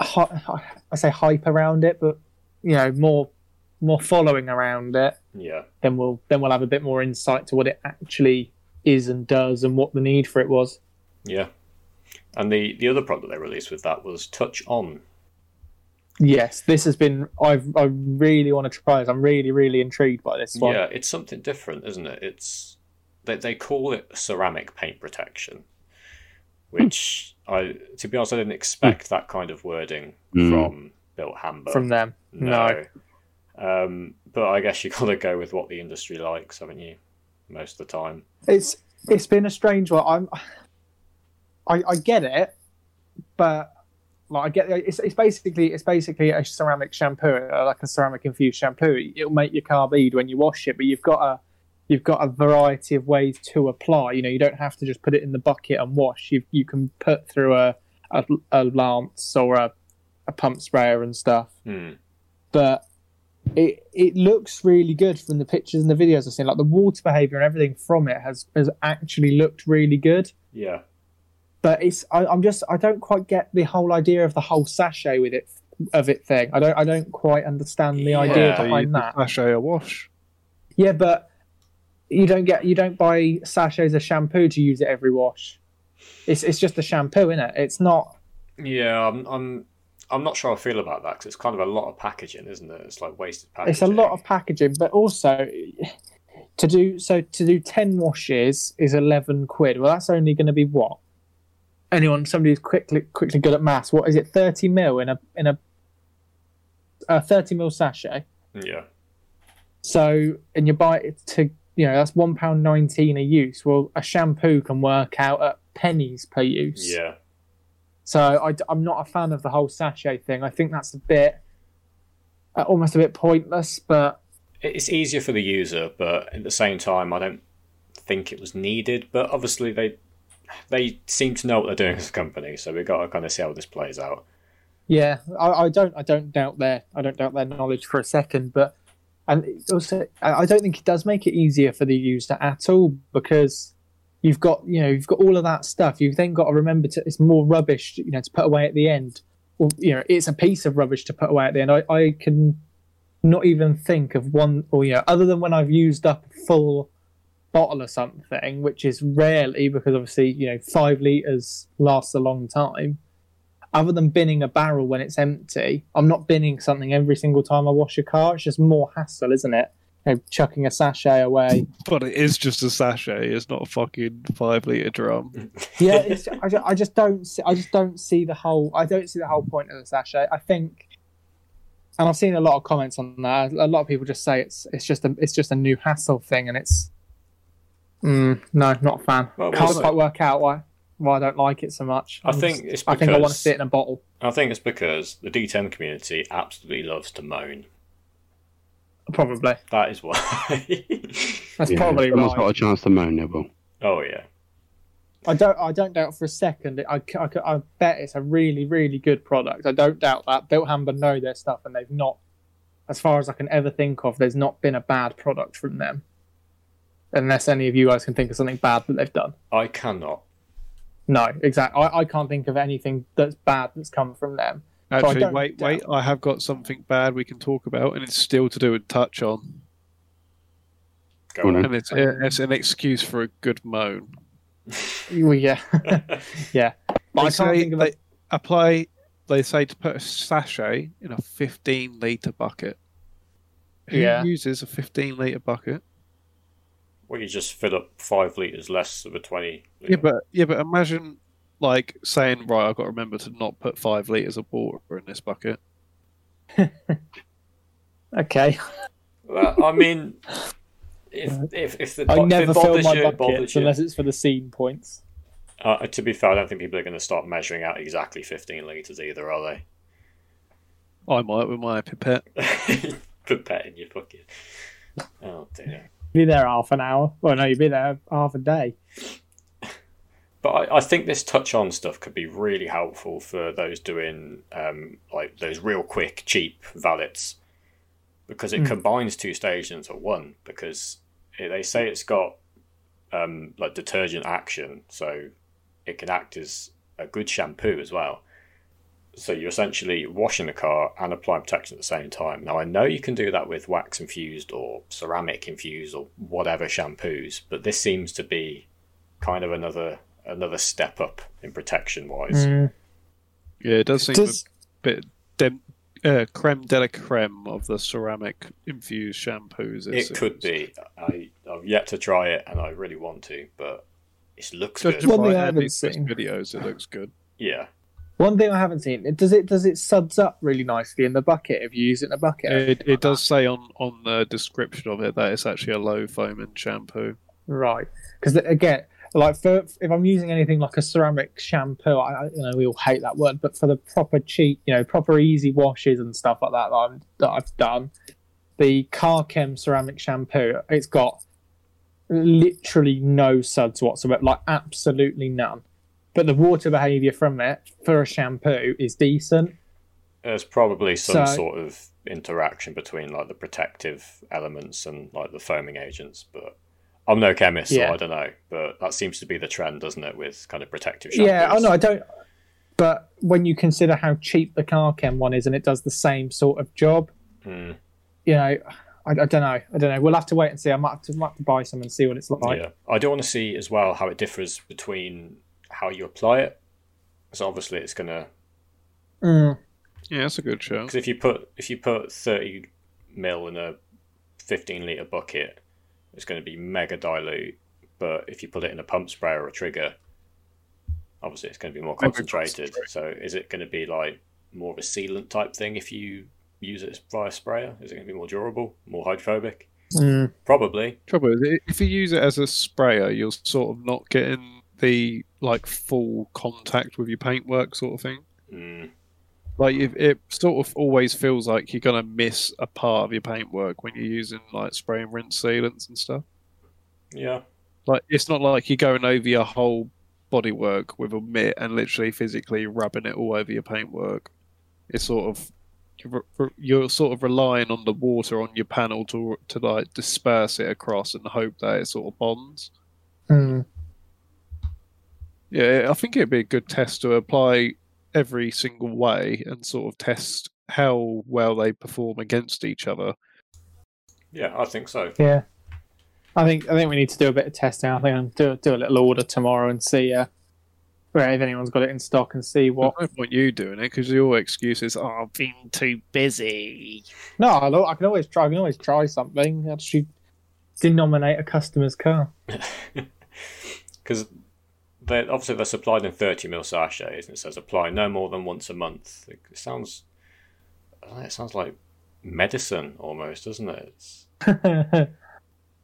B: hy- i say hype around it but you know more more following around it
A: yeah,
B: then we'll then we'll have a bit more insight to what it actually is and does and what the need for it was
A: yeah. And the the other product they released with that was Touch On.
B: yes this has been i've i really want to try this i'm really really intrigued by this one
A: Yeah, it's something different, isn't it? It's they they call it ceramic paint protection, which I to be honest I didn't expect that kind of wording
D: Mm.
A: from Bill Hamburg.
B: from them no.
A: Um, but I guess you gotta go with what the industry likes, haven't you? Most of the time.
B: it's it's been a strange one. I'm I, I get it, but like I get it's it's basically it's basically a ceramic shampoo, uh, like a ceramic infused shampoo. It'll make your car bead when you wash it, but you've got a you've got a variety of ways to apply. You know, you don't have to just put it in the bucket and wash. You you can put through a a, a lance or a a pump sprayer and stuff
A: Hmm.
B: but it it looks really good from the pictures and the videos I've seen. Like the water behavior and everything from it has has actually looked really good.
A: Yeah.
B: But it's I, I'm just I don't quite get the whole idea of the whole sachet with it of it thing. I don't I don't quite understand the idea
A: Yeah,
C: So you
B: behind
C: could
B: that.
C: Sachet a wash.
B: Yeah, but you don't get you don't buy sachets of shampoo to use it every wash. It's it's just a shampoo, is it? It's not.
A: Yeah, I'm I'm I'm not sure I feel about that because it's kind of a lot of packaging, isn't it? It's like wasted packaging.
B: It's a lot of packaging, but also to do so to do ten washes is eleven quid. Well, that's only going to be what? Anyone, somebody who's quickly quickly good at maths. What is it? Thirty mil in a in a, a thirty mil sachet.
A: yeah.
B: So and you buy it to you know that's one pound nineteen a use. Well, a shampoo can work out at pennies per use.
A: Yeah.
B: So I, am not a fan of the whole sachet thing. I think that's a bit uh, almost a bit pointless, but
A: it's easier for the user, but at the same time, I don't think it was needed. But obviously, they they seem to know what they're doing as a company, so we've got to kind of see how this plays out.
B: Yeah, I, I don't, I don't doubt their, I don't doubt their knowledge for a second, but and it's also, I I don't think it does make it easier for the user at all because you've got, you know, you've got all of that stuff. You've then got to remember to, it's more rubbish, you know, to put away at the end, or you know, it's a piece of rubbish to put away at the end. I, I can not even think of one, or you know, other than when I've used up a full bottle of something, which is rarely because obviously, you know, five liters lasts a long time. other than binning a barrel when it's empty, I'm not binning something every single time I wash a car. It's just more hassle, isn't it? You know, chucking a sachet away.
C: But it is just a sachet. It's not a fucking five liter drum.
B: Yeah, it's, I, ju- I just don't. See, I just don't see the whole. I don't see the whole point of the sachet. I think, and I've seen a lot of comments on that. A lot of people just say it's it's just a it's just a new hassle thing, and it's. Mm, no, not a fan.
A: Well,
B: Can't
A: also-
B: quite work out why why I don't like it so much.
A: I
B: I'm
A: think
B: just-
A: it's
B: I think I want
A: because-
B: to see it in a bottle.
A: I think it's because the D10 community absolutely loves to moan.
B: Probably.
A: That is why.
B: That's
D: Yeah,
B: probably
D: someone's
B: right.
D: got a chance to moan, they will.
A: oh yeah,
B: I don't. I don't doubt for a second. that I, c- I c- I bet it's a really, really good product. I don't doubt that. Built Hamber know their stuff, and they've not, as far as I can ever think of, there's not been a bad product from them. Unless any of you guys can think of something bad that they've done.
A: I cannot.
B: No, exactly. I, I can't think of anything that's bad that's come from them. I
C: Actually,
B: don't
C: wait,
B: doubt-
C: wait. I have got something bad we can talk about, and it's still to do with touch on,
A: Go
D: Oh, no.
A: on.
C: and it's it's an excuse for a good moan.
B: Well, yeah, yeah. But
C: they
B: I can't
C: say
B: think of
C: they
B: a,
C: apply. They say to put a sachet in a 15 liter bucket. Who
B: Yeah.
C: uses a 15 liter bucket?
A: Well, you just fill up five liters less of a twenty.
C: Yeah, but yeah, but imagine like saying, right, I've got to remember to not put five liters of water in this bucket.
B: okay.
A: Well, I mean, if if if the
B: I
A: bo- if it
B: never fill
A: bothers
B: my
A: you, it
B: buckets
A: bothers you.
B: unless it's for the scene points.
A: Uh, to be fair, I don't think people are going to start measuring out exactly 15 litres either, are
C: I might with my pipette.
A: they? Put that in your fucking. Oh dear.
B: Be there half an hour. Well, no, you'd be there half a day.
A: But I, I think this touch on stuff could be really helpful for those doing um, like those real quick, cheap valets because it
B: Mm.
A: combines two stages into one. Because it, they say it's got um, like detergent action, so it can act as a good shampoo as well. So you're essentially washing the car and applying protection at the same time. Now I know you can do that with wax infused or ceramic infused or whatever shampoos, but this seems to be kind of another another step up in protection
B: Hmm.
A: wise.
C: Yeah, it does seem
B: Mm. Does-
C: a bit dem- uh, creme de la creme of the ceramic infused shampoos.
A: It
C: seems.
A: could be. I, I've yet to try it, and I really want to, but it looks
C: Judging
A: good.
B: Well, One
C: by
B: thing I haven't
C: Andy's
B: seen.
C: videos, it looks good.
A: Yeah,
B: One thing I haven't seen it does it does it suds up really nicely in the bucket if you use it in a bucket.
C: It, it does say on, on the description of it that it's actually a low foaming shampoo.
B: Right, because again, like for if I'm using anything like a ceramic shampoo, I, I you know we all hate that word, but for the proper cheap, you know, proper easy washes and stuff like that that, I'm, that I've done, the Car Chem ceramic shampoo, it's got literally no suds whatsoever, like absolutely none. But the water behaviour from it for a shampoo is decent.
A: there's probably some
B: So-
A: sort of interaction between like the protective elements and like the foaming agents, but I'm no chemist,
B: Yeah.
A: so I don't know. But that seems to be the trend, doesn't it, with kind of protective shampoos?
B: Yeah, oh no, I don't. But when you consider how cheap the car chem one is, and it does the same sort of job,
A: Mm,
B: you know, I, I don't know, I don't know. We'll have to wait and see. I might have to, might have to buy some and see what it's like.
A: yeah, I do want to see as well how it differs between how you apply it. So obviously, it's gonna
B: Mm,
C: Yeah, that's a good show.
A: Because if you put if you put thirty mil in a fifteen liter bucket, it's going to be mega dilute. But if you put it in a pump spray or a trigger, obviously it's going to be more
C: Mega
A: concentrated. So is it going to be like more of a sealant type thing if you use it via sprayer? Is it going to be more durable, more hydrophobic?
B: mm.
A: Probably.
C: Trouble is, i- if you use it as a sprayer, you're sort of not getting the like full contact with your paintwork sort of thing.
A: Mm,
C: Like if it sort of always feels like you're gonna miss a part of your paintwork when you're using like spray and rinse sealants and stuff.
A: yeah.
C: Like it's not like you're going over your whole bodywork with a mitt and literally physically rubbing it all over your paintwork. It's sort of you're- you're sort of relying on the water on your panel to to like disperse it across and hope that it sort of bonds.
B: Mm.
C: Yeah, I think it'd be a good test to apply every single way and sort of test how well they perform against each other.
A: Yeah, I think so.
B: yeah. I think I think we need to do a bit of testing. I think I'm do do a little order tomorrow and see uh, Right, if anyone's got it in stock and see what.
C: Well, I don't want you doing it because your excuse is, oh, I've been too busy.
A: Mm.
B: No, I, lo- I can always try. I can always try something. Actually, denominate a customer's car.
A: because they obviously they're supplied in 30 mil sachets and it says apply no more than once a month it sounds I don't know, it sounds like medicine almost doesn't it it's,
B: That's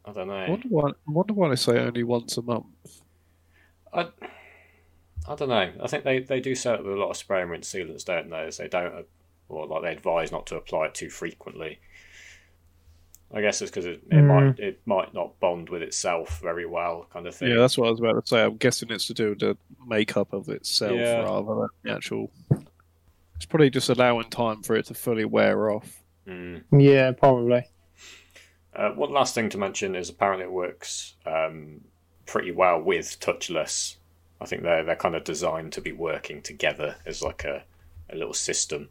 A: i don't
C: I
A: know
C: wonder, why, I wonder why they say only once a month.
A: i, I don't know i think they, they do sell it with a lot of spray and rinse sealants don't they As they don't uh, or like they advise not to apply it too frequently i guess it's because it, it
B: Mm.
A: might it might not bond with itself very well kind of thing
C: Yeah, that's what I was about to say. I'm guessing it's to do with the makeup of itself
A: Yeah.
C: rather than the actual. It's probably just allowing time for it to fully wear off.
A: Mm.
B: yeah, probably.
A: Uh, one last thing to mention is apparently it works um, pretty well with touchless. I think they're they're kind of designed to be working together as like a, a little system.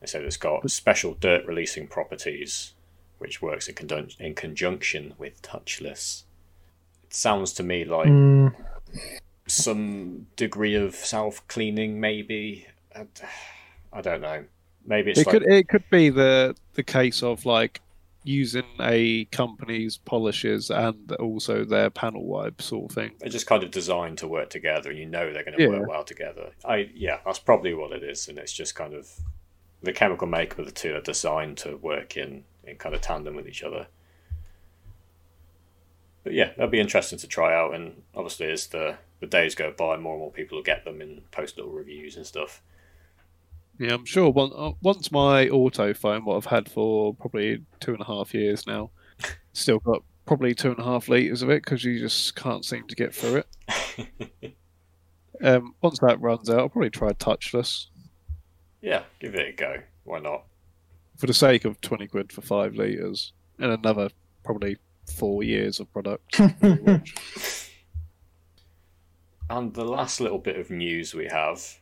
A: They said it's got special dirt releasing properties, which works in, conjun- in conjunction with touchless. It sounds to me like
B: Mm,
A: some degree of self cleaning, maybe. I, I don't know. Maybe it's
C: it
A: like
C: could it could be the the case of like using a company's polishes and also their panel wipe sort of thing.
A: they're just kind of designed to work together and you know they're going to
C: Yeah.
A: work well together i yeah that's probably what it is and it's just kind of the chemical makeup of the two are designed to work in in kind of tandem with each other but yeah that'd be interesting to try out and obviously as the the days go by more and more people will get them and post little reviews and stuff
C: Yeah, I'm sure. One, uh, once my auto phone, what I've had for probably two and a half years now, still got probably two and a half liters of it because you just can't seem to get through it. um, once that runs out, I'll probably try touchless
A: yeah give it a go why not
C: for the sake of twenty quid for five liters and another probably four years of product. pretty much.
A: and the last little bit of news we have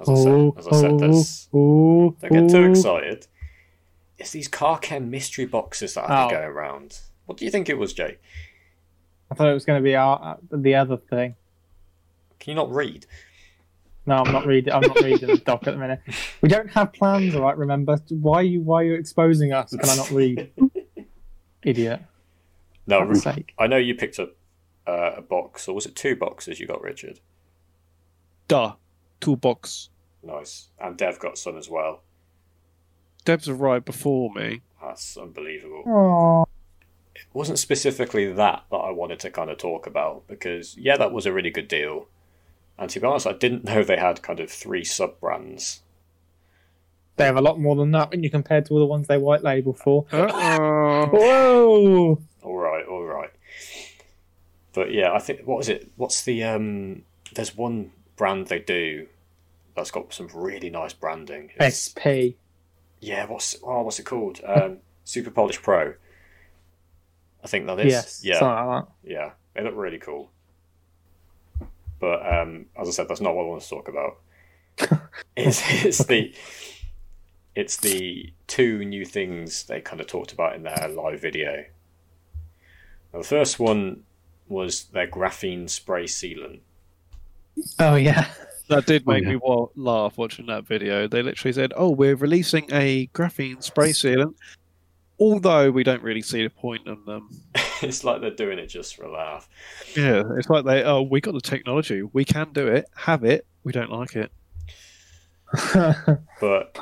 A: as i said,
B: oh,
A: as I said there's
B: oh,
A: Don't get too
B: oh.
A: excited. It's these car chem mystery boxes that I've been
B: Oh.
A: going around. What do you think it was, Jake?
B: I thought it was going to be our, uh, the other thing.
A: Can you not read?
B: No, I'm not reading. I'm not reading the doc at the minute. We don't have plans, all right? Remember, why are you why are you exposing us? Can I not read, idiot?
A: No,
B: For
A: Ru-
B: fuck's sake.
A: I know you picked up uh, a box, or was it two boxes you got, Richard?
C: Duh, toolbox.
A: Nice. And Dev got some as well.
C: Deb's arrived before me.
A: That's unbelievable.
B: Aww.
A: It wasn't specifically that that I wanted to kind of talk about because, yeah, that was a really good deal. And to be honest, I didn't know they had kind of three sub brands.
B: They have a lot more than that when you compare to all the ones they white label for.
C: Uh-oh.
B: Whoa!
A: All right, all right. But yeah, I think what is it? What's the um? There's one brand they do that's got some really nice branding. It's-
B: SP.
A: Yeah, what's oh, what's it called? Um, Super Polish Pro. I think that is.
B: yes.
A: Yeah.
B: Something like that.
A: Yeah, they look really cool. But um, as I said, that's not what I want to talk about. it's, it's the it's the two new things they kind of talked about in their live video. Now, the first one was their graphene spray sealant.
B: Oh yeah.
C: That did
D: Oh,
C: make
D: yeah.
C: me wa- laugh watching that video. They literally said, "Oh, we're releasing a graphene spray sealant," although we don't really see the point in them.
A: it's like they're doing it just for a laugh.
C: Yeah, it's like they, "Oh, we got the technology. We can do it. Have it. We don't like it."
A: But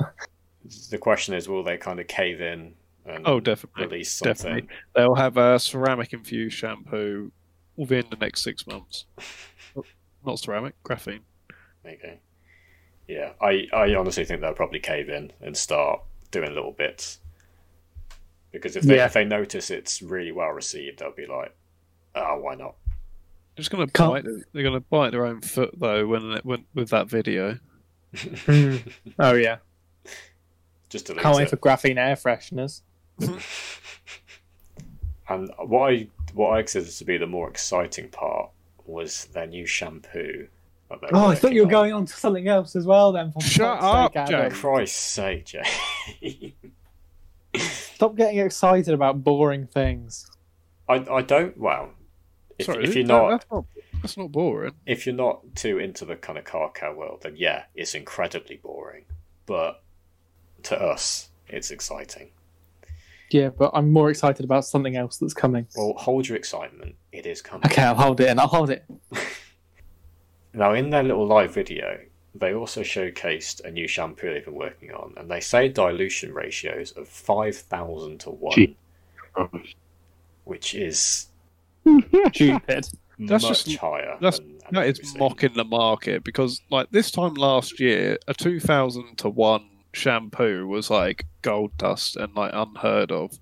A: the question is, will they kind of cave in and
C: Oh, definitely.
A: release something?
C: definitely. They'll have a ceramic infused shampoo within the next six months. Not ceramic, graphene.
A: There you go. Yeah, I, I honestly think they'll probably cave in and start doing little bits. Because if they,
B: Yeah.
A: if they notice it's really well received, they'll be like, oh, why not?
C: They're just gonna
B: Can't-
C: bite. They're gonna bite their own foot though when, when with that video.
B: Hmm. Oh yeah.
A: Just delete
B: Can't wait
A: it.
B: for graphene air fresheners.
A: And what I, what I consider to be the more exciting part was their new shampoo. that they're
B: Oh, I thought
A: working
B: you were
A: on.
B: going on to something else as well. Then for
C: Shut
B: fuck's
C: up,
B: sake, Adam.
C: Jake.
A: Christ's sake, Jay.
B: Stop getting excited about boring things.
A: I, I don't, well, if,
C: Sorry,
A: if you're
C: that-
A: not,
C: that's not That's not boring.
A: if you're not too into the kind of car cow world, then yeah, it's incredibly boring. But to us, it's exciting.
B: Yeah, but I'm more excited about something else that's coming.
C: Oh.
A: Well, hold your excitement. It is coming.
B: Okay, I'll hold it and I'll hold it.
A: Now, in their little live video, they also showcased a new shampoo they've been working on, and they say dilution ratios of 5,000 to 1,
D: Gee.
A: which is
B: Stupid.
C: That's
A: much
C: just-
A: higher.
C: that's-
A: than,
C: That is
A: we've seen.
C: mocking the market because, like, this time last year, a 2000 to 1 shampoo was like gold dust and like unheard of.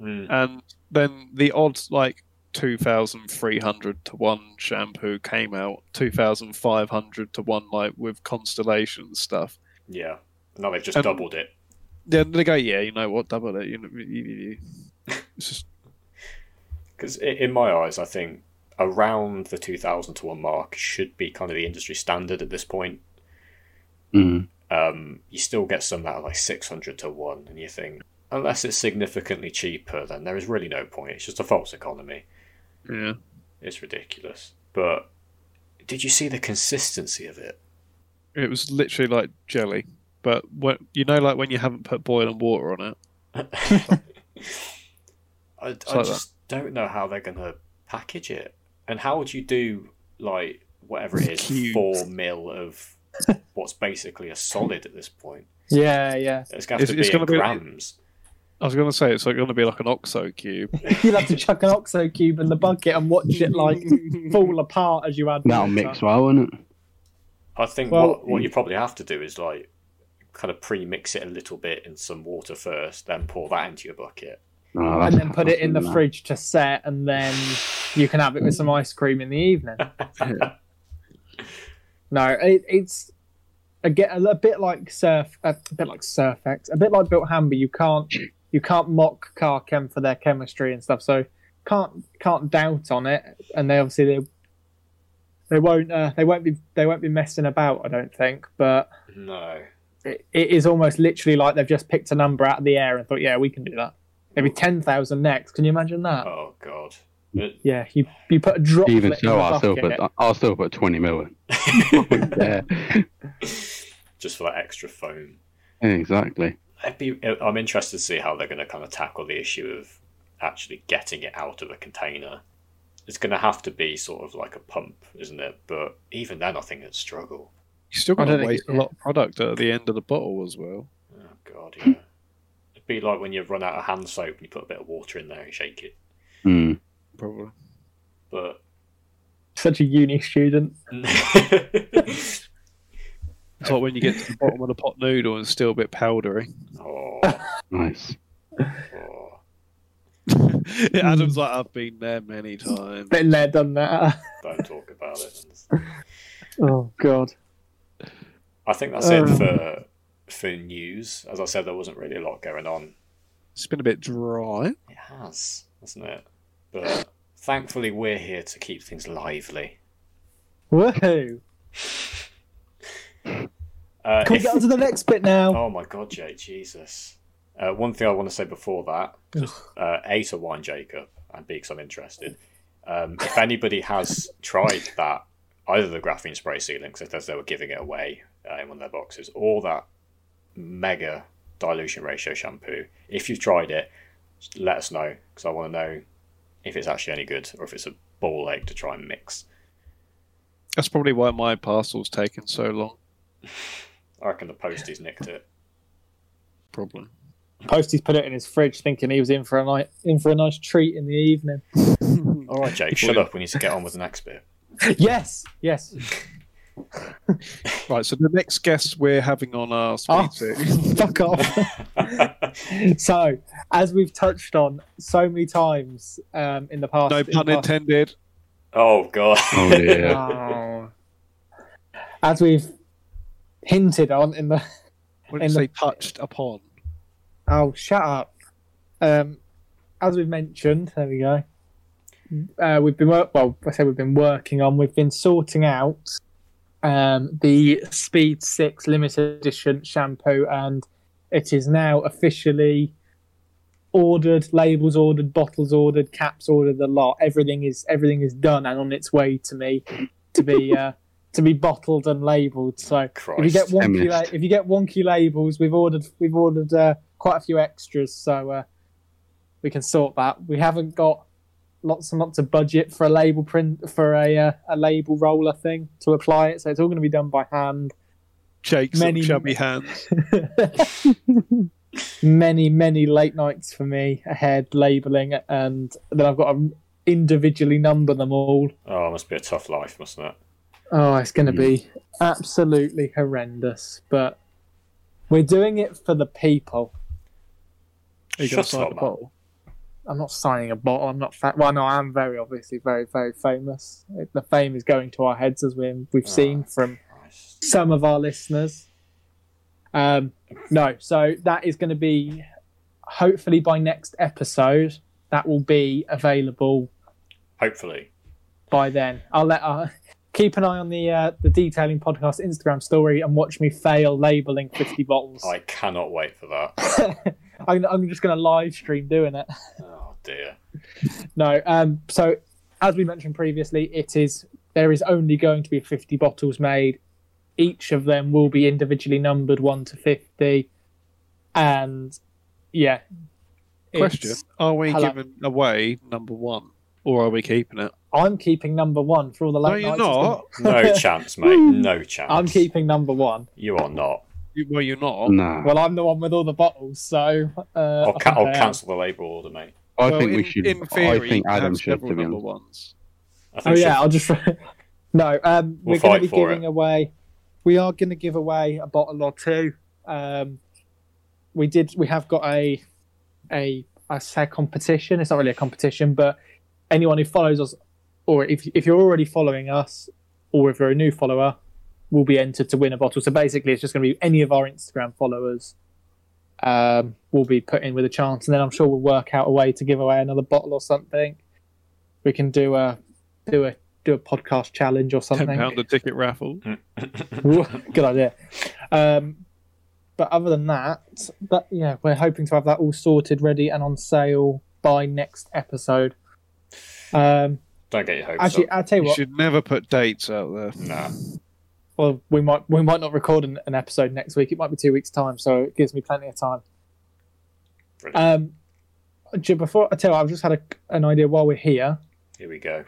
A: Mm.
C: And then the odds, like, 2300 to 1 shampoo came out, 2500 to 1, like, with constellation stuff.
A: Yeah. Now they've just
C: Um,
A: doubled it.
C: Then they go, yeah, you know what, double it. You know, you- you- you." It's just,
A: Because in my eyes, I think around the 2,000 to 1 mark should be kind of the industry standard at this point.
D: Mm.
A: Um, you still get some that are like 600 to 1, and you think, unless it's significantly cheaper, then there is really no point. It's just a false economy.
C: yeah.
A: It's ridiculous. But did you see the consistency of it?
C: It was literally like jelly. But when, you know, like when you haven't put boiling water on it,
A: I, I
C: like
A: just don't know how they're going to package it. And how would you do, like, whatever it is,
C: Cubes.
A: four mil of what's basically a solid at this point?
B: Yeah, yeah.
A: It's going to
C: It's-
A: have to
C: it's
A: be in
C: gonna be-
A: grams.
C: I was gonna say it's like gonna be like an oxo cube.
B: You'll have to chuck an oxo cube in the bucket and watch it like fall apart as you add.
D: That'll
B: water.
D: mix well, won't it?
A: I think
B: Well-
A: what,
C: mm.
A: what you probably have to do is, like, kind of pre mix it a little bit in some water first, then pour that into your bucket.
D: Oh, that's-
B: and then put it in the
D: that's-
B: fridge to set, and then you can have it with some ice cream in the evening. no, it, it's again a, li- bit like surf, a, bit like Surfex, a bit like Built Hamber. You can't you can't mock Car Chem for their chemistry and stuff, so can't can't doubt on it. And they obviously they they won't uh, they won't be they won't be messing about. I don't think, but
A: No.
B: it it is almost literally like they've just picked a number out of the air and thought, yeah, we can do that. Maybe ten thousand next. Can you imagine
C: Uh.
B: that?
A: Oh, God. It-
B: Yeah, you you put a drop.
D: Even so, I'll
B: in the
D: still
B: bucket.
D: put I'll still put twenty mil in. yeah,
A: just for that extra foam.
D: exactly.
A: I'd be, I'm interested to see how they're going to kind of tackle the issue of actually getting it out of a container. It's going to have to be sort of like a pump, isn't it? But even then, I think it's a struggle.
C: You still
B: I don't
C: gotta
B: think
C: waste
B: it-
C: a lot of product at the end of the bottle as well.
A: Oh god, yeah. It'd be like when you run out of hand soap and you put a bit of water in there and shake it.
D: Mm.
C: Probably.
A: But
B: Such a uni student.
C: It's like when you get to the bottom of the pot noodle and it's still a bit powdery.
A: oh,
D: Nice.
A: oh.
C: Adam's like I've been there many times.
B: Been there, done that.
A: don't talk about it.
B: oh God.
A: I think that's it for for news. As I said, there wasn't really a lot going on
C: It's been a bit dry.
A: It has, hasn't it? But thankfully, we're here to keep things lively.
B: Woohoo!
A: Uh,
B: Can we
A: if-
B: get on to the next bit now?
A: Oh my god, Jake, Jesus. Uh, one thing I want to say before that just, uh, A to Wine Jacob, and B, because I'm interested. Um, if anybody has tried that, either the graphene spray sealant, because it says they were giving it away uh, in one of their boxes, or that mega dilution ratio shampoo, if you've tried it, just let us know, because I want to know if it's actually any good or if it's a ball ache to try and mix.
C: That's probably why my parcel's taking so long.
A: I reckon the posties nicked it.
C: Probably.
B: Posty's put it in his fridge, thinking he was in for a night, in for a nice treat in the evening.
A: All right, Jake, shut up. We need to get on with the next bit.
B: yes, yes.
C: Right, so the next guest we're having on our
B: Oh,
C: speed
B: fuck off. so, as we've touched on so many times um, in the past,
C: no
B: in
C: pun
B: past-
C: intended.
A: oh god.
D: Oh dear.
B: Oh. As we've hinted on in the
C: When you
B: In the-
C: say touched upon,
B: oh shut up, um, as we've mentioned, there we go. Uh, we've been work- well, I say we've been working on. We've been sorting out um, the Speed Six limited edition shampoo, and it is now officially ordered, labels ordered, bottles ordered, caps ordered, the lot. Everything is everything is done and on its way to me to be uh, to be bottled and labelled. So if you
A: Christ.
B: get wonky, la-
D: feminist.
B: if you get wonky labels, we've ordered we've ordered uh, quite a few extras, so uh, we can sort that. We haven't got lots and lots of budget for a label print for a uh, a label roller thing to apply it, so it's all going to be done by hand.
C: Jake's
B: Many-
C: little chubby hands.
B: many many late nights for me ahead labeling and then i've got to individually number them all
A: Oh, it must be a tough life, mustn't it?
B: oh it's going to
D: Hmm.
B: be absolutely horrendous but we're doing it for the people
C: Are you
A: Shut
C: going to sign
A: up,
C: the
A: man.
C: bottle?
B: i'm not signing a bottle i'm not fat well no i'm very obviously very very famous the fame is going to our heads as we, we've seen from
A: Christ.
B: some of our listeners. Um, no, so that is going to be hopefully by next episode. That will be available
A: Hopefully.
B: by then. I'll let uh, keep an eye on the uh, the detailing podcast Instagram story and watch me fail labeling fifty bottles.
A: I cannot wait for that.
B: I'm, I'm just going to live stream doing it.
A: Oh, dear.
B: No, um, so as we mentioned previously, it is there is only going to be 50 bottles made. Each of them will be individually numbered 1 to 50. And yeah.
C: Question:
B: it's-
C: Are we
B: Hello.
C: giving away number one, or are we keeping it?
B: I'm keeping number 1 for all the late
C: No, you're
B: nights.
C: not.
A: No chance, mate. No chance.
B: I'm keeping number 1.
A: You are not.
C: You- Well, you're not.
D: Nah.
B: Well, I'm the one with all the bottles, so uh,
A: I'll,
B: I
A: ca-
B: think I
A: I'll
B: am.
A: cancel the label order, mate.
D: I
C: Well,
D: think we
C: in-
D: should.
C: In theory,
D: I think
C: you
D: Adam
C: have
D: should, to
C: several
D: be
C: number
D: honest.
C: ones.
A: I
B: Oh
A: think
B: yeah, I'll just no. Um,
A: We'll
B: we're going
A: fight
B: to be
A: for
B: giving
A: it.
B: away. We are going to give away a bottle or two. Um, we did. We have got a a I say competition. It's not really a competition, but anyone who follows us, or if if you're already following us, or if you're a new follower, will be entered to win a bottle. So basically, it's just going to be any of our Instagram followers um, will be put in with a chance, and then I'm sure we'll work out a way to give away another bottle or something. We can do a do a do a podcast challenge or
C: Ten
B: something.
C: pound a ticket raffle.
B: Good idea. Um, but other than that, that yeah, we're hoping to have that all sorted, ready, and on sale by next episode. Um,
A: Don't get your hopes
B: actually,
A: up.
B: I'll tell you
C: You
B: what.
C: should never put dates out there.
A: Nah.
B: Well, we might we might not record an, an episode next week. It might be two weeks time, so it gives me plenty of time. Um, ju- before I tell, you, I've just had a, an idea while we're here.
A: Here we go.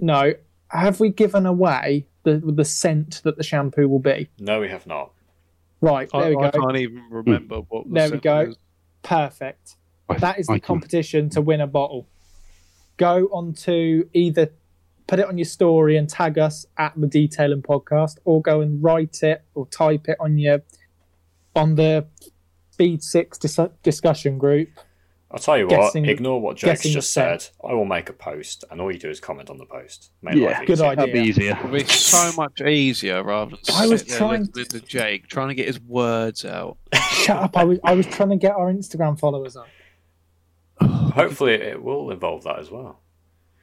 B: No, have we given away the the scent that the shampoo will be?
A: No, we have not.
B: Right there
C: I,
B: we
C: I
B: go.
C: can't
D: Hmm.
C: even remember what. The
B: There we
C: scent
B: go.
C: was.
B: Perfect.
D: I-
B: That is
D: I
B: the
D: can-
B: competition to win a bottle. Go on to either put it on your story and tag us at the Detailing Podcast, or go and write it or type it on your on the Speed Six dis- discussion group.
A: I'll tell you
B: Guessing-
A: what, ignore what Jake's
B: guessing the
A: just
B: scent.
A: said. I will make a post, and all you do is comment on the post. Make
D: Yeah.
A: life
B: Good
A: easier.
B: idea.
D: That'd be easier.
C: It'd be so much easier rather than
B: I was
C: sit there
B: trying
C: listening to Jake trying to get his words out.
B: Shut up! I was I was trying to get our Instagram followers up.
A: Hopefully, it will involve that as well.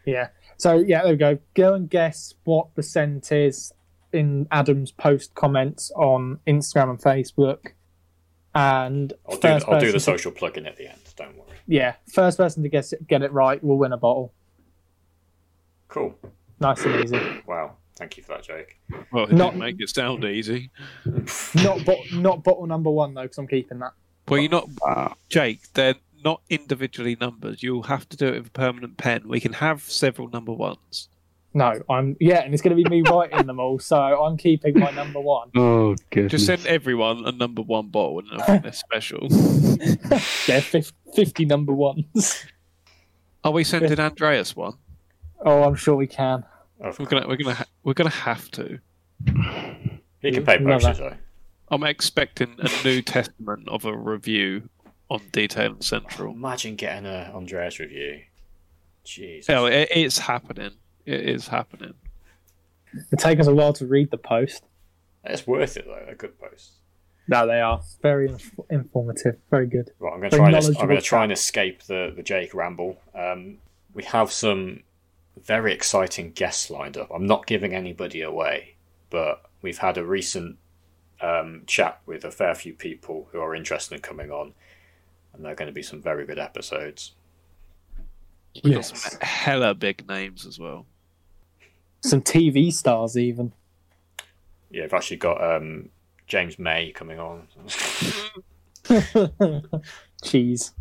B: Yeah. So yeah, there we go. Go and guess what the scent is in Adam's post comments on Instagram and Facebook. And
A: I'll do, I'll do
B: person
A: the
B: to-
A: social plug-in at the end. Don't worry.
B: yeah, first person to guess it, get it right will win a bottle.
A: Cool.
B: Nice and easy.
A: Wow. Thank you for that, Jake.
C: Well, it
B: Not-
C: didn't make it sound easy.
B: Not bo- not bottle number one though, because I'm keeping that.
C: Well, you're not
D: Wow.
C: Jake. They're not individually numbered. You'll have to do it with a permanent pen. We can have several number ones.
B: No, I'm yeah, and it's going to be me writing them all, so I'm keeping my number one.
D: Oh, goodness.
C: Just send everyone a number one bottle and I think they're special.
B: Yeah, fif- fifty number ones.
C: Are we sending Andreas one?
B: Oh, I'm sure we can.
A: Of
C: We're
A: course.
C: gonna, we're gonna, ha- we're gonna have to.
A: He can pay
B: Love
A: postage though.
C: I'm expecting a New Testament of a review on Detail Central.
A: Imagine getting a Andreas review. Jeez.
C: No, it, it's happening. It is happening.
B: It take us a while to read the post.
A: It's worth it though. A good post.
B: No, they are very inf- informative. Very good.
A: Right, I'm going to
B: Very
A: try. And, I'm
B: knowledgeable
A: going to try and escape the the Jake ramble. Um, we have some very exciting guests lined up. I'm not giving anybody away, but we've had a recent um, chat with a fair few people who are interested in coming on, and they're going to be some very good episodes.
C: We've got some hella big names as well.
B: Some TV stars, even.
A: Yeah, I've actually got um, James May coming on.
B: Cheese.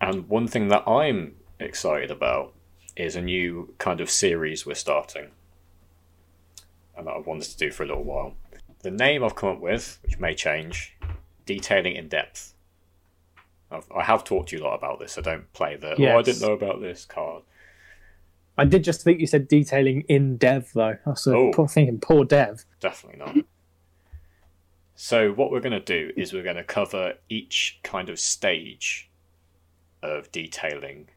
A: and one thing that I'm excited about is a new kind of series we're starting, and that I've wanted to do for a little while. The name I've come up with, which may change, detailing in depth. I've, I have talked to you a lot about this. I don't play the. Oh, I
B: Yes.
A: didn't know about this card.
B: I did just think you said detailing in dev, though. I was sort of
A: Oh.
B: poor thinking, poor dev.
A: Definitely not. so what we're going to do is we're going to cover each kind of stage of detailing.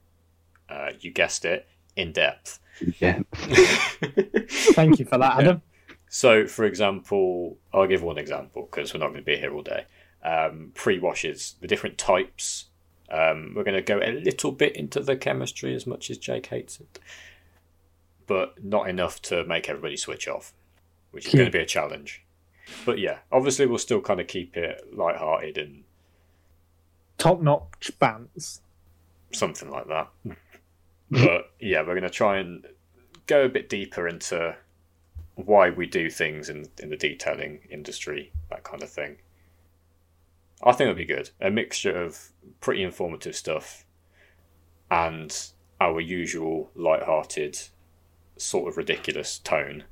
A: Uh, you guessed it, in depth.
D: Yeah.
B: Thank you for that, Adam.
A: So, for example, I'll give one example because we're not going to be here all day. Um, Pre washes, the different types. Um, we're going to go a little bit into the chemistry as much as Jake hates it, but not enough to make everybody switch off, which is
B: Yeah.
A: going to be a challenge. But yeah, obviously, we'll still kind of keep it light-hearted and
B: Top notch bands.
A: something like that. but yeah, we're going to try and go a bit deeper into why we do things in, in the detailing industry, that kind of thing. I think it'll be good. A mixture of pretty informative stuff and our usual light-hearted, sort of ridiculous tone.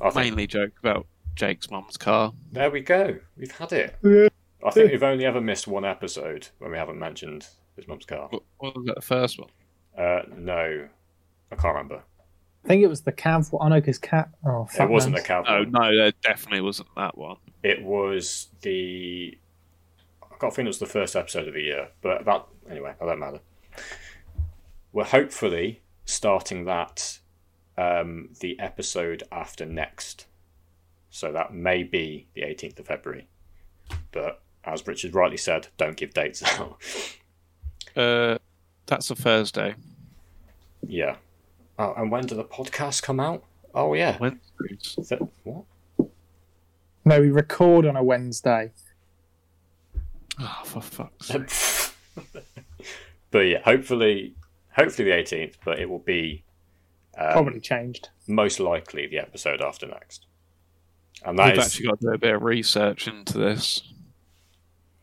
A: I think
C: Mainly joke about Jake's mum's car.
A: there we go. We've had it.
B: Yeah.
A: I think we've only ever missed one episode when we haven't mentioned his mum's car.
C: What what was that the first one?
A: Uh, no, I can't remember.
B: I think it was the Cav. I know because Cat. Oh, fuck
A: it wasn't the
B: knows.
A: Cav.
C: No,
A: one.
C: no, there definitely wasn't that one.
A: It was the. I can't think it was the first episode of the year, but that anyway, that don't matter. We're hopefully starting that um, the episode after next, so that may be the 18th of February. But as Richard rightly said, don't give dates out.
C: Uh, that's a Thursday.
A: yeah. Oh, and when do the podcasts come out? Oh yeah.
C: Wednesdays.
A: Th- what?
B: No, we record on a Wednesday.
C: Oh, for fuck's sake.
A: but yeah, hopefully, hopefully the 18th, but it will be um,
B: Probably changed.
A: most likely the episode after next. And that
C: We've
A: is,
C: actually got to do a bit of research into this.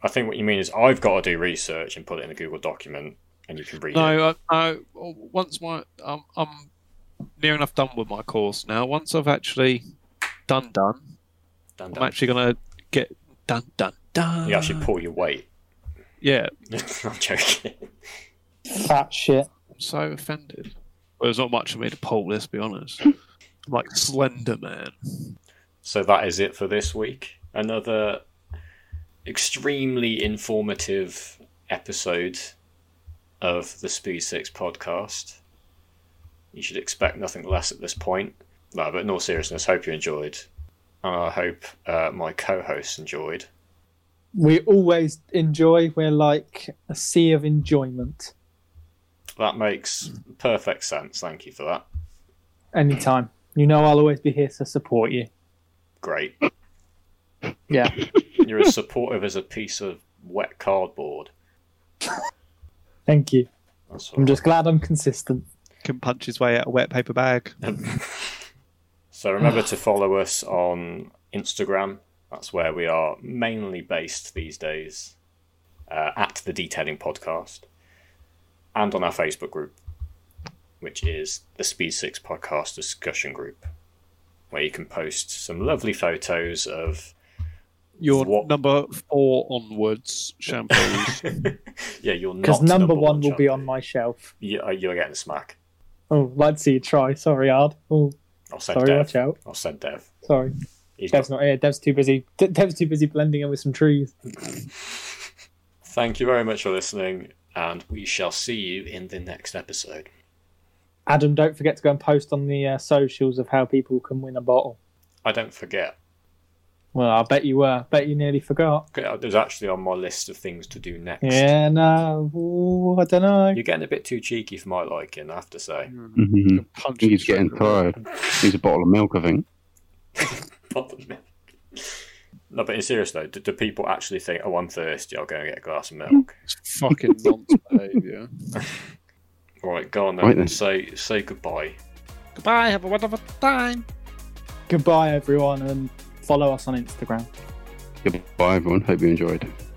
A: I think what you mean is I've got to do research and put it in a Google document, and you can read it.
C: No, I, I, once my I'm, I'm near enough done with my course now. Once I've actually done done,
A: Dun,
C: I'm
A: dun.
C: actually uh, gonna get done done done.
A: You actually pull your weight.
C: Yeah,
A: I'm joking.
B: Fat shit.
C: I'm so offended. Well, there's not much for me to pull. Let's be honest. I'm like Slender Man.
A: So that is it for this week. Another extremely informative episode of the Speed Six podcast. You should expect nothing less at this point. No, but in all seriousness, hope you enjoyed, and I hope uh, my co-hosts enjoyed.
B: We always enjoy. We're like a sea of enjoyment.
A: That makes perfect sense. Thank you for that.
B: Anytime. You know, I'll always be here to support you.
A: Great.
B: Yeah.
A: You're as supportive as a piece of wet cardboard.
B: Thank you.
A: That's all
B: I'm just glad I'm consistent.
C: Can punch his way out a wet paper bag.
A: So remember to follow us on Instagram. That's where we are mainly based these days, uh, at the Detailing Podcast, and on our Facebook group, which is the Speed Six Podcast Discussion Group, where you can post some lovely photos of
C: Your
A: What-
C: number four onwards shampoos.
A: yeah, you're not
B: Because number, one will be
A: champion.
B: on my shelf.
A: You, uh, you're getting smack.
B: Oh, let's see you try. Sorry, Ard. Oh,
A: I'll send
B: sorry,
A: Dev.
B: watch out.
A: I'll send Dev.
B: Sorry.
A: He's got
B: Dev's not here. Dev's too busy. De- Dev's too busy blending in with some trees.
A: Thank you very much for listening, and we shall see you in the next episode.
B: Adam, don't forget to go and post on the uh, socials of how people can win a bottle.
A: I don't forget.
B: Well, I bet you were. Bet you nearly forgot.
A: Okay, uh, It was actually on my list of things to do next.
B: Yeah, no. Ooh, I don't know.
A: You're getting a bit too cheeky for my liking, I have to say.
D: hmm
C: Can punch
D: He's
C: his way
D: getting
C: out.
D: tired. Needs a bottle of milk, I think.
A: Pop them in. No, but in serious though, do, do people actually think, "Oh, I'm thirsty. I'll go and get a glass of milk"?
C: It's fucking nonsense behaviour.
A: right, go on then.
D: Hmm. Right then.
A: Say say goodbye.
C: Goodbye. Have a wonderful time.
B: Goodbye, everyone, and follow us on Instagram.
D: Goodbye, everyone. Hope you enjoyed.